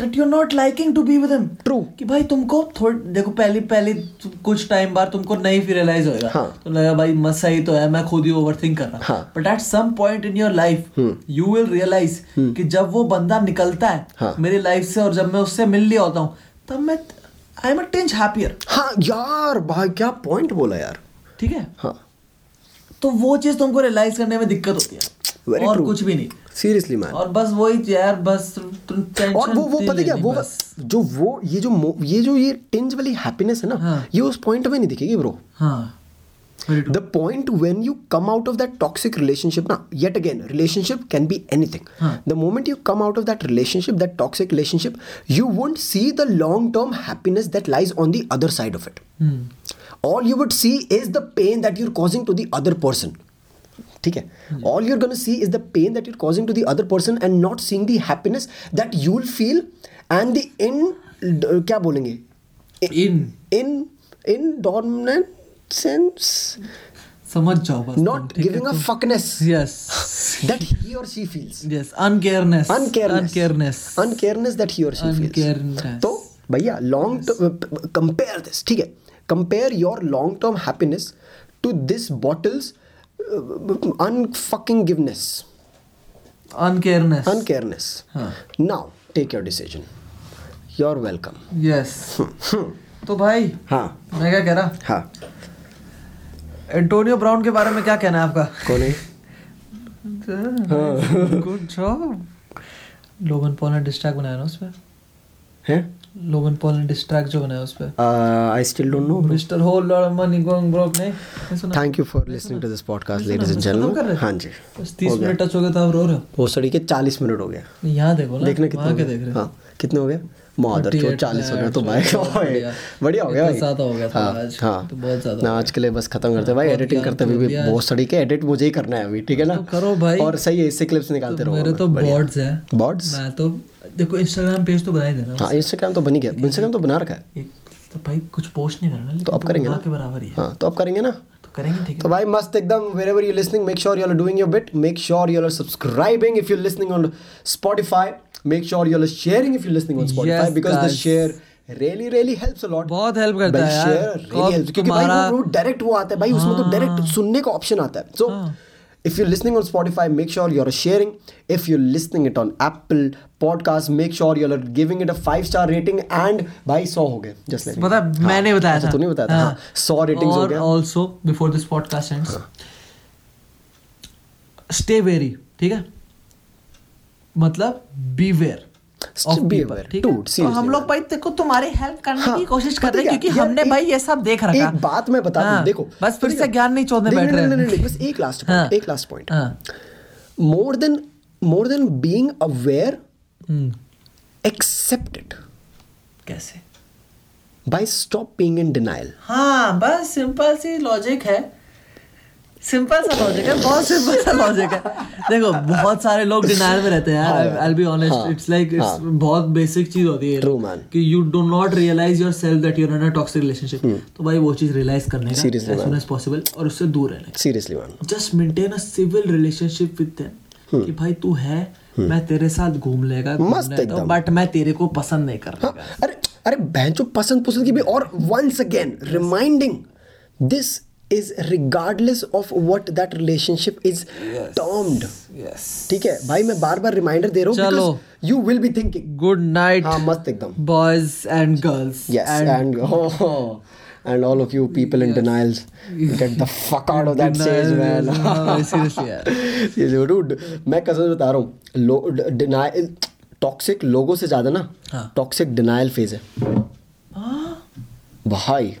S2: that you're not liking to be with him
S1: True.
S2: कि भाई तुमको थोड़ा देखो पहले पहले तु- कुछ टाइम बाद तुमको नहीं फिर रियलाइज होएगा
S1: हाँ।
S2: तो लगा भाई मस्त सही तो है मैं खुद ही ओवरथिंक कर रहा
S1: हाँ।
S2: But at some point in your life you will realise कि जब वो बंदा निकलता है
S1: हाँ।
S2: मेरी लाइफ से और जब मैं उससे मिल लिया होता हूँ तब मैं I am a tinge happier
S1: हाँ यार भाई क्या पॉइंट बोला यार
S2: ठीक है
S1: हाँ
S2: तो वो चीज तुमको रियलाइज करने में दिक्कत होती है
S1: Very
S2: और
S1: true.
S2: कुछ भी नहीं
S1: सीरियसली मैन
S2: और बस वही तो यार बस तुम टेंशन
S1: और वो वो
S2: ले
S1: पता क्या
S2: लेनी
S1: वो
S2: बस।
S1: जो वो ये जो मो- ये जो ये टिंज वाली हैप्पीनेस है ना
S2: हाँ।
S1: ये उस पॉइंट में नहीं दिखेगी ब्रो
S2: हाँ very true.
S1: The point when you come out of that toxic relationship ना yet again relationship can be anything
S2: हाँ।
S1: The moment you come out of that relationship that toxic relationship you won't see the long term happiness that lies on the other side of it
S2: Hmm।
S1: All you would see is the pain that you're causing to the other person ठीक है all you're gonna see is the pain that you're causing to the other person and not seeing the happiness that you will feel and the in uh, क्या बोलेंगे
S2: in
S1: in in dominant sense
S2: समझ जाओ बस
S1: not giving a fuckness
S2: yes
S1: that he or she feels
S2: yes uncareness
S1: uncareness
S2: uncareness
S1: uncareness that he or she feels
S2: Uncareness.
S1: तो भैया long term compare this ठीक है compare your long term happiness to this bottle's uh, unfucking giveness
S2: uncareness
S1: uncareness
S2: हाँ।
S1: now take your decision you're welcome
S3: yes तो भाई
S1: हाँ
S3: मैं क्या कह रहा
S1: हाँ
S3: एंटोनियो ब्राउन के बारे में क्या कहना है आपका
S1: कौन है
S3: गुड जॉब लोगन पॉल ने डिस्ट्रैक्ट बनाया ना उस पे
S1: हैं Uh,
S3: लोगन पॉल ने डिस्ट्रैक्ट जो बनाया उस पे
S1: I still don't know
S3: mister whole lord of money going broke ने नहीं सुना
S1: thank you for listening to this podcast
S3: नहीं
S1: लेडीज
S3: सुना,
S1: एंड
S3: खत्म
S1: जेंटलमैन
S3: कर रहे?
S1: हाँ जी
S3: बस तीस मिनट टच
S2: तो
S3: हो गया था अब रो रहे हो
S1: पोस्टड़ी के चालीस मिनट हो गया
S3: यहाँ देखो ना
S1: देखना कितना
S3: वहाँ
S1: हो
S3: क्या
S1: गया?
S3: देख रहे हो
S1: हाँ कितने हो गया मादर चो
S3: 38
S1: चालीस हो गया तो भाई
S3: मिनट,
S1: ओए,
S3: बढ़िया।
S1: बढ़िया हो गया
S3: इतना
S1: भाई।
S3: ज्यादा हो गया था
S1: हाँ,
S3: आज,
S1: हाँ
S3: तो बहुत ज्यादा
S1: ना
S3: हो
S1: आज के लिए बस खत्म करते हैं भाई
S3: हाँ,
S1: एडिटिंग
S3: बहुत
S1: करते हुए
S3: ज्यादा
S1: भी
S3: हो गया।
S1: बहुत सड़ी के एडिट मुझे ही करना है अभी ठीक है ना
S3: तो करो भाई।
S1: और सही है इससे क्लिप्स निकालते रहो
S3: मेरे तो बॉर्ड्स है
S1: बॉट्स
S3: मैं तो देखो इंस्टाग्राम पेज तो बना ही देना
S1: हाँ इंस्टाग्राम तो बन ही गया इंस्टाग्राम तो बना रखा है
S2: एक तो भाई कुछ पोस्ट नहीं करना
S1: तो
S2: लेकिन
S1: अब करेंगे
S2: के बराबर ही
S1: ना
S2: है
S1: हाँ तो अब करेंगे ना
S2: तो करेंगे ठीक
S1: तो भाई मस्त एकदम wherever you listening make sure you are doing your bit make sure you are subscribing if you listening on Spotify make sure you are sharing if you listening on Spotify
S3: Yes,
S1: because the
S3: guys.
S1: Share really really helps a lot
S3: बहुत help करता है यार। और
S1: क्योंकि भाई
S3: तुम्हारा- हाँ।
S1: वो- वो डायरेक्ट वो आता है भाई उसमें तो डायरेक्ट सुनने का ऑप्शन आता है सो If you're listening on Spotify, make sure you're sharing. If you're listening it on Apple Podcast, make sure you're giving it a five star rating. And भाई 100 हो गए just like me.
S3: पता है,
S1: हाँ,
S3: मैंने बताया
S1: अच्छा,
S3: था
S1: तूने बताया था हाँ, 100 ratings हो
S3: और
S1: गया हाँ।
S3: Also before this podcast ends stay very ठीक है मतलब beware
S1: Stay beware, dude, seriously,
S3: तो हम लोग
S1: man.
S3: भाई देखो तुम्हारी हेल्प करने
S1: हाँ,
S3: की कोशिश कर
S1: पता
S3: रहे हैं
S1: क्या,
S3: क्योंकि
S1: यार,
S3: हमने
S1: एक-
S3: भाई ये सब देख रखा
S1: एक बात मैं बता
S3: हाँ,
S1: दूं देखो
S3: बस फिर
S1: ठीक
S3: से
S1: है?
S3: ज्ञान नहीं चोदने
S1: नहीं,
S3: बैठ
S1: नहीं,
S3: रहे
S1: नहीं,
S3: हैं।
S1: नहीं, नहीं, बस एक लास्ट
S3: हाँ।
S1: पॉइंट एक लास्ट पॉइंट
S3: हाँ
S1: more than more than being aware
S3: hmm.
S1: Accept it
S2: कैसे
S1: by stop being in denial
S2: हाँ बस सिंपल सी लॉजिक है सिंपल सा लॉजिक है बहुत सिंपल सा लॉजिक है देखो बहुत सारे लोग डिनाइल में रहते हैं यार आई बी ऑनेस्ट
S1: हाँ,
S2: इट्स लाइक इट्स
S1: हाँ।
S2: बहुत बेसिक चीज होती है
S1: True, man.
S2: कि you do not realise yourself that you're in a toxic relationship तो भाई वो चीज रियलाइज करने का एज
S1: Hmm। Seriously,
S2: सुन
S1: man.
S2: एज पॉसिबल और उससे दूर रहने
S1: सीरियसली
S3: Oh
S1: मैन
S2: का just maintain a civil relationship with them कि भाई तू है मैं तेरे साथ घूम लेगा
S1: Hmm। मस्त एकदम।
S2: बट मैं तेरे को पसंद नहीं कर रहा
S1: हाँ, अरे अरे बहनचो पसंद पसंद की भी और once again reminding this is regardless of what that relationship is termed
S2: yes
S1: ठीक है भाई मैं बार बार रिमाइंडर दे रहा
S2: चलो।
S1: हूँ you will be thinking
S2: good night
S1: हाँ मस्त एकदम
S2: boys and girls
S1: Yes, and oh, and all of you people in denial, get the fuck out of that stage, man.
S2: Denial, no, seriously, yeah.
S1: Seriously, dude, मैं कसम से बता रहा हूँ लो denial toxic लोगों से ज़्यादा
S2: हाँ।
S1: ना टॉक्सिक डिनाइल फेज है भाई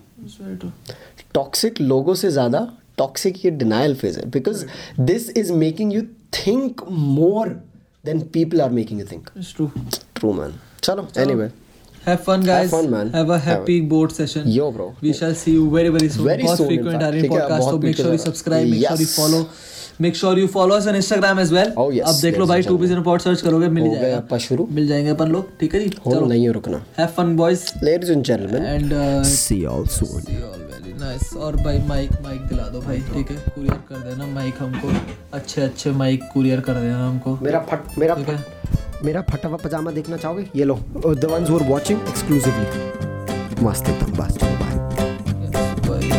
S1: टॉक्सिक लोगों से ज़्यादा टॉक्सिक ये डिनाइल फेज है because this is making you think more than people are making you think
S2: It's true.
S1: True man चलो anyway
S2: Have fun, guys.
S1: fun, man.
S2: Have a
S1: Have
S2: happy board session.
S1: Yo, bro.
S2: We shall see you very, very soon.
S1: Very
S2: बहुत
S1: soon, in
S2: frequent
S1: fact.
S2: are in
S1: ठीक है,
S2: podcast,
S1: बहुत
S2: so make sure you
S1: features are-
S2: subscribe, make sure you
S1: Yes.
S2: follow, make sure you follow us on Instagram as well.
S1: Oh, yes,
S2: अब देख लो
S1: ladies
S2: भाई
S1: and
S2: टू बीज report search करोगे मिल
S1: हो गया
S2: जाएगा
S1: आपका शुरू।
S2: मिल जाएंगे अपन लोग ठीक है जी
S1: हो नहीं है रुकना
S2: have fun boys
S1: Ladies and gentlemen,
S2: and
S1: see you all soon.
S2: Very nice और भाई माइक माइक दिला दो भाई ठीक है कुरियर कर देना माइक हमको अच्छे अच्छे माइक कुरियर कर देना हमको
S1: मेरा फट मेरा
S2: ठीक
S1: फट मेरा फटा हुआ पजामा देखना चाहोगे ये लो Uh, the ones who are watching exclusively मस्त एकदम बस बाय
S2: Yes, bye.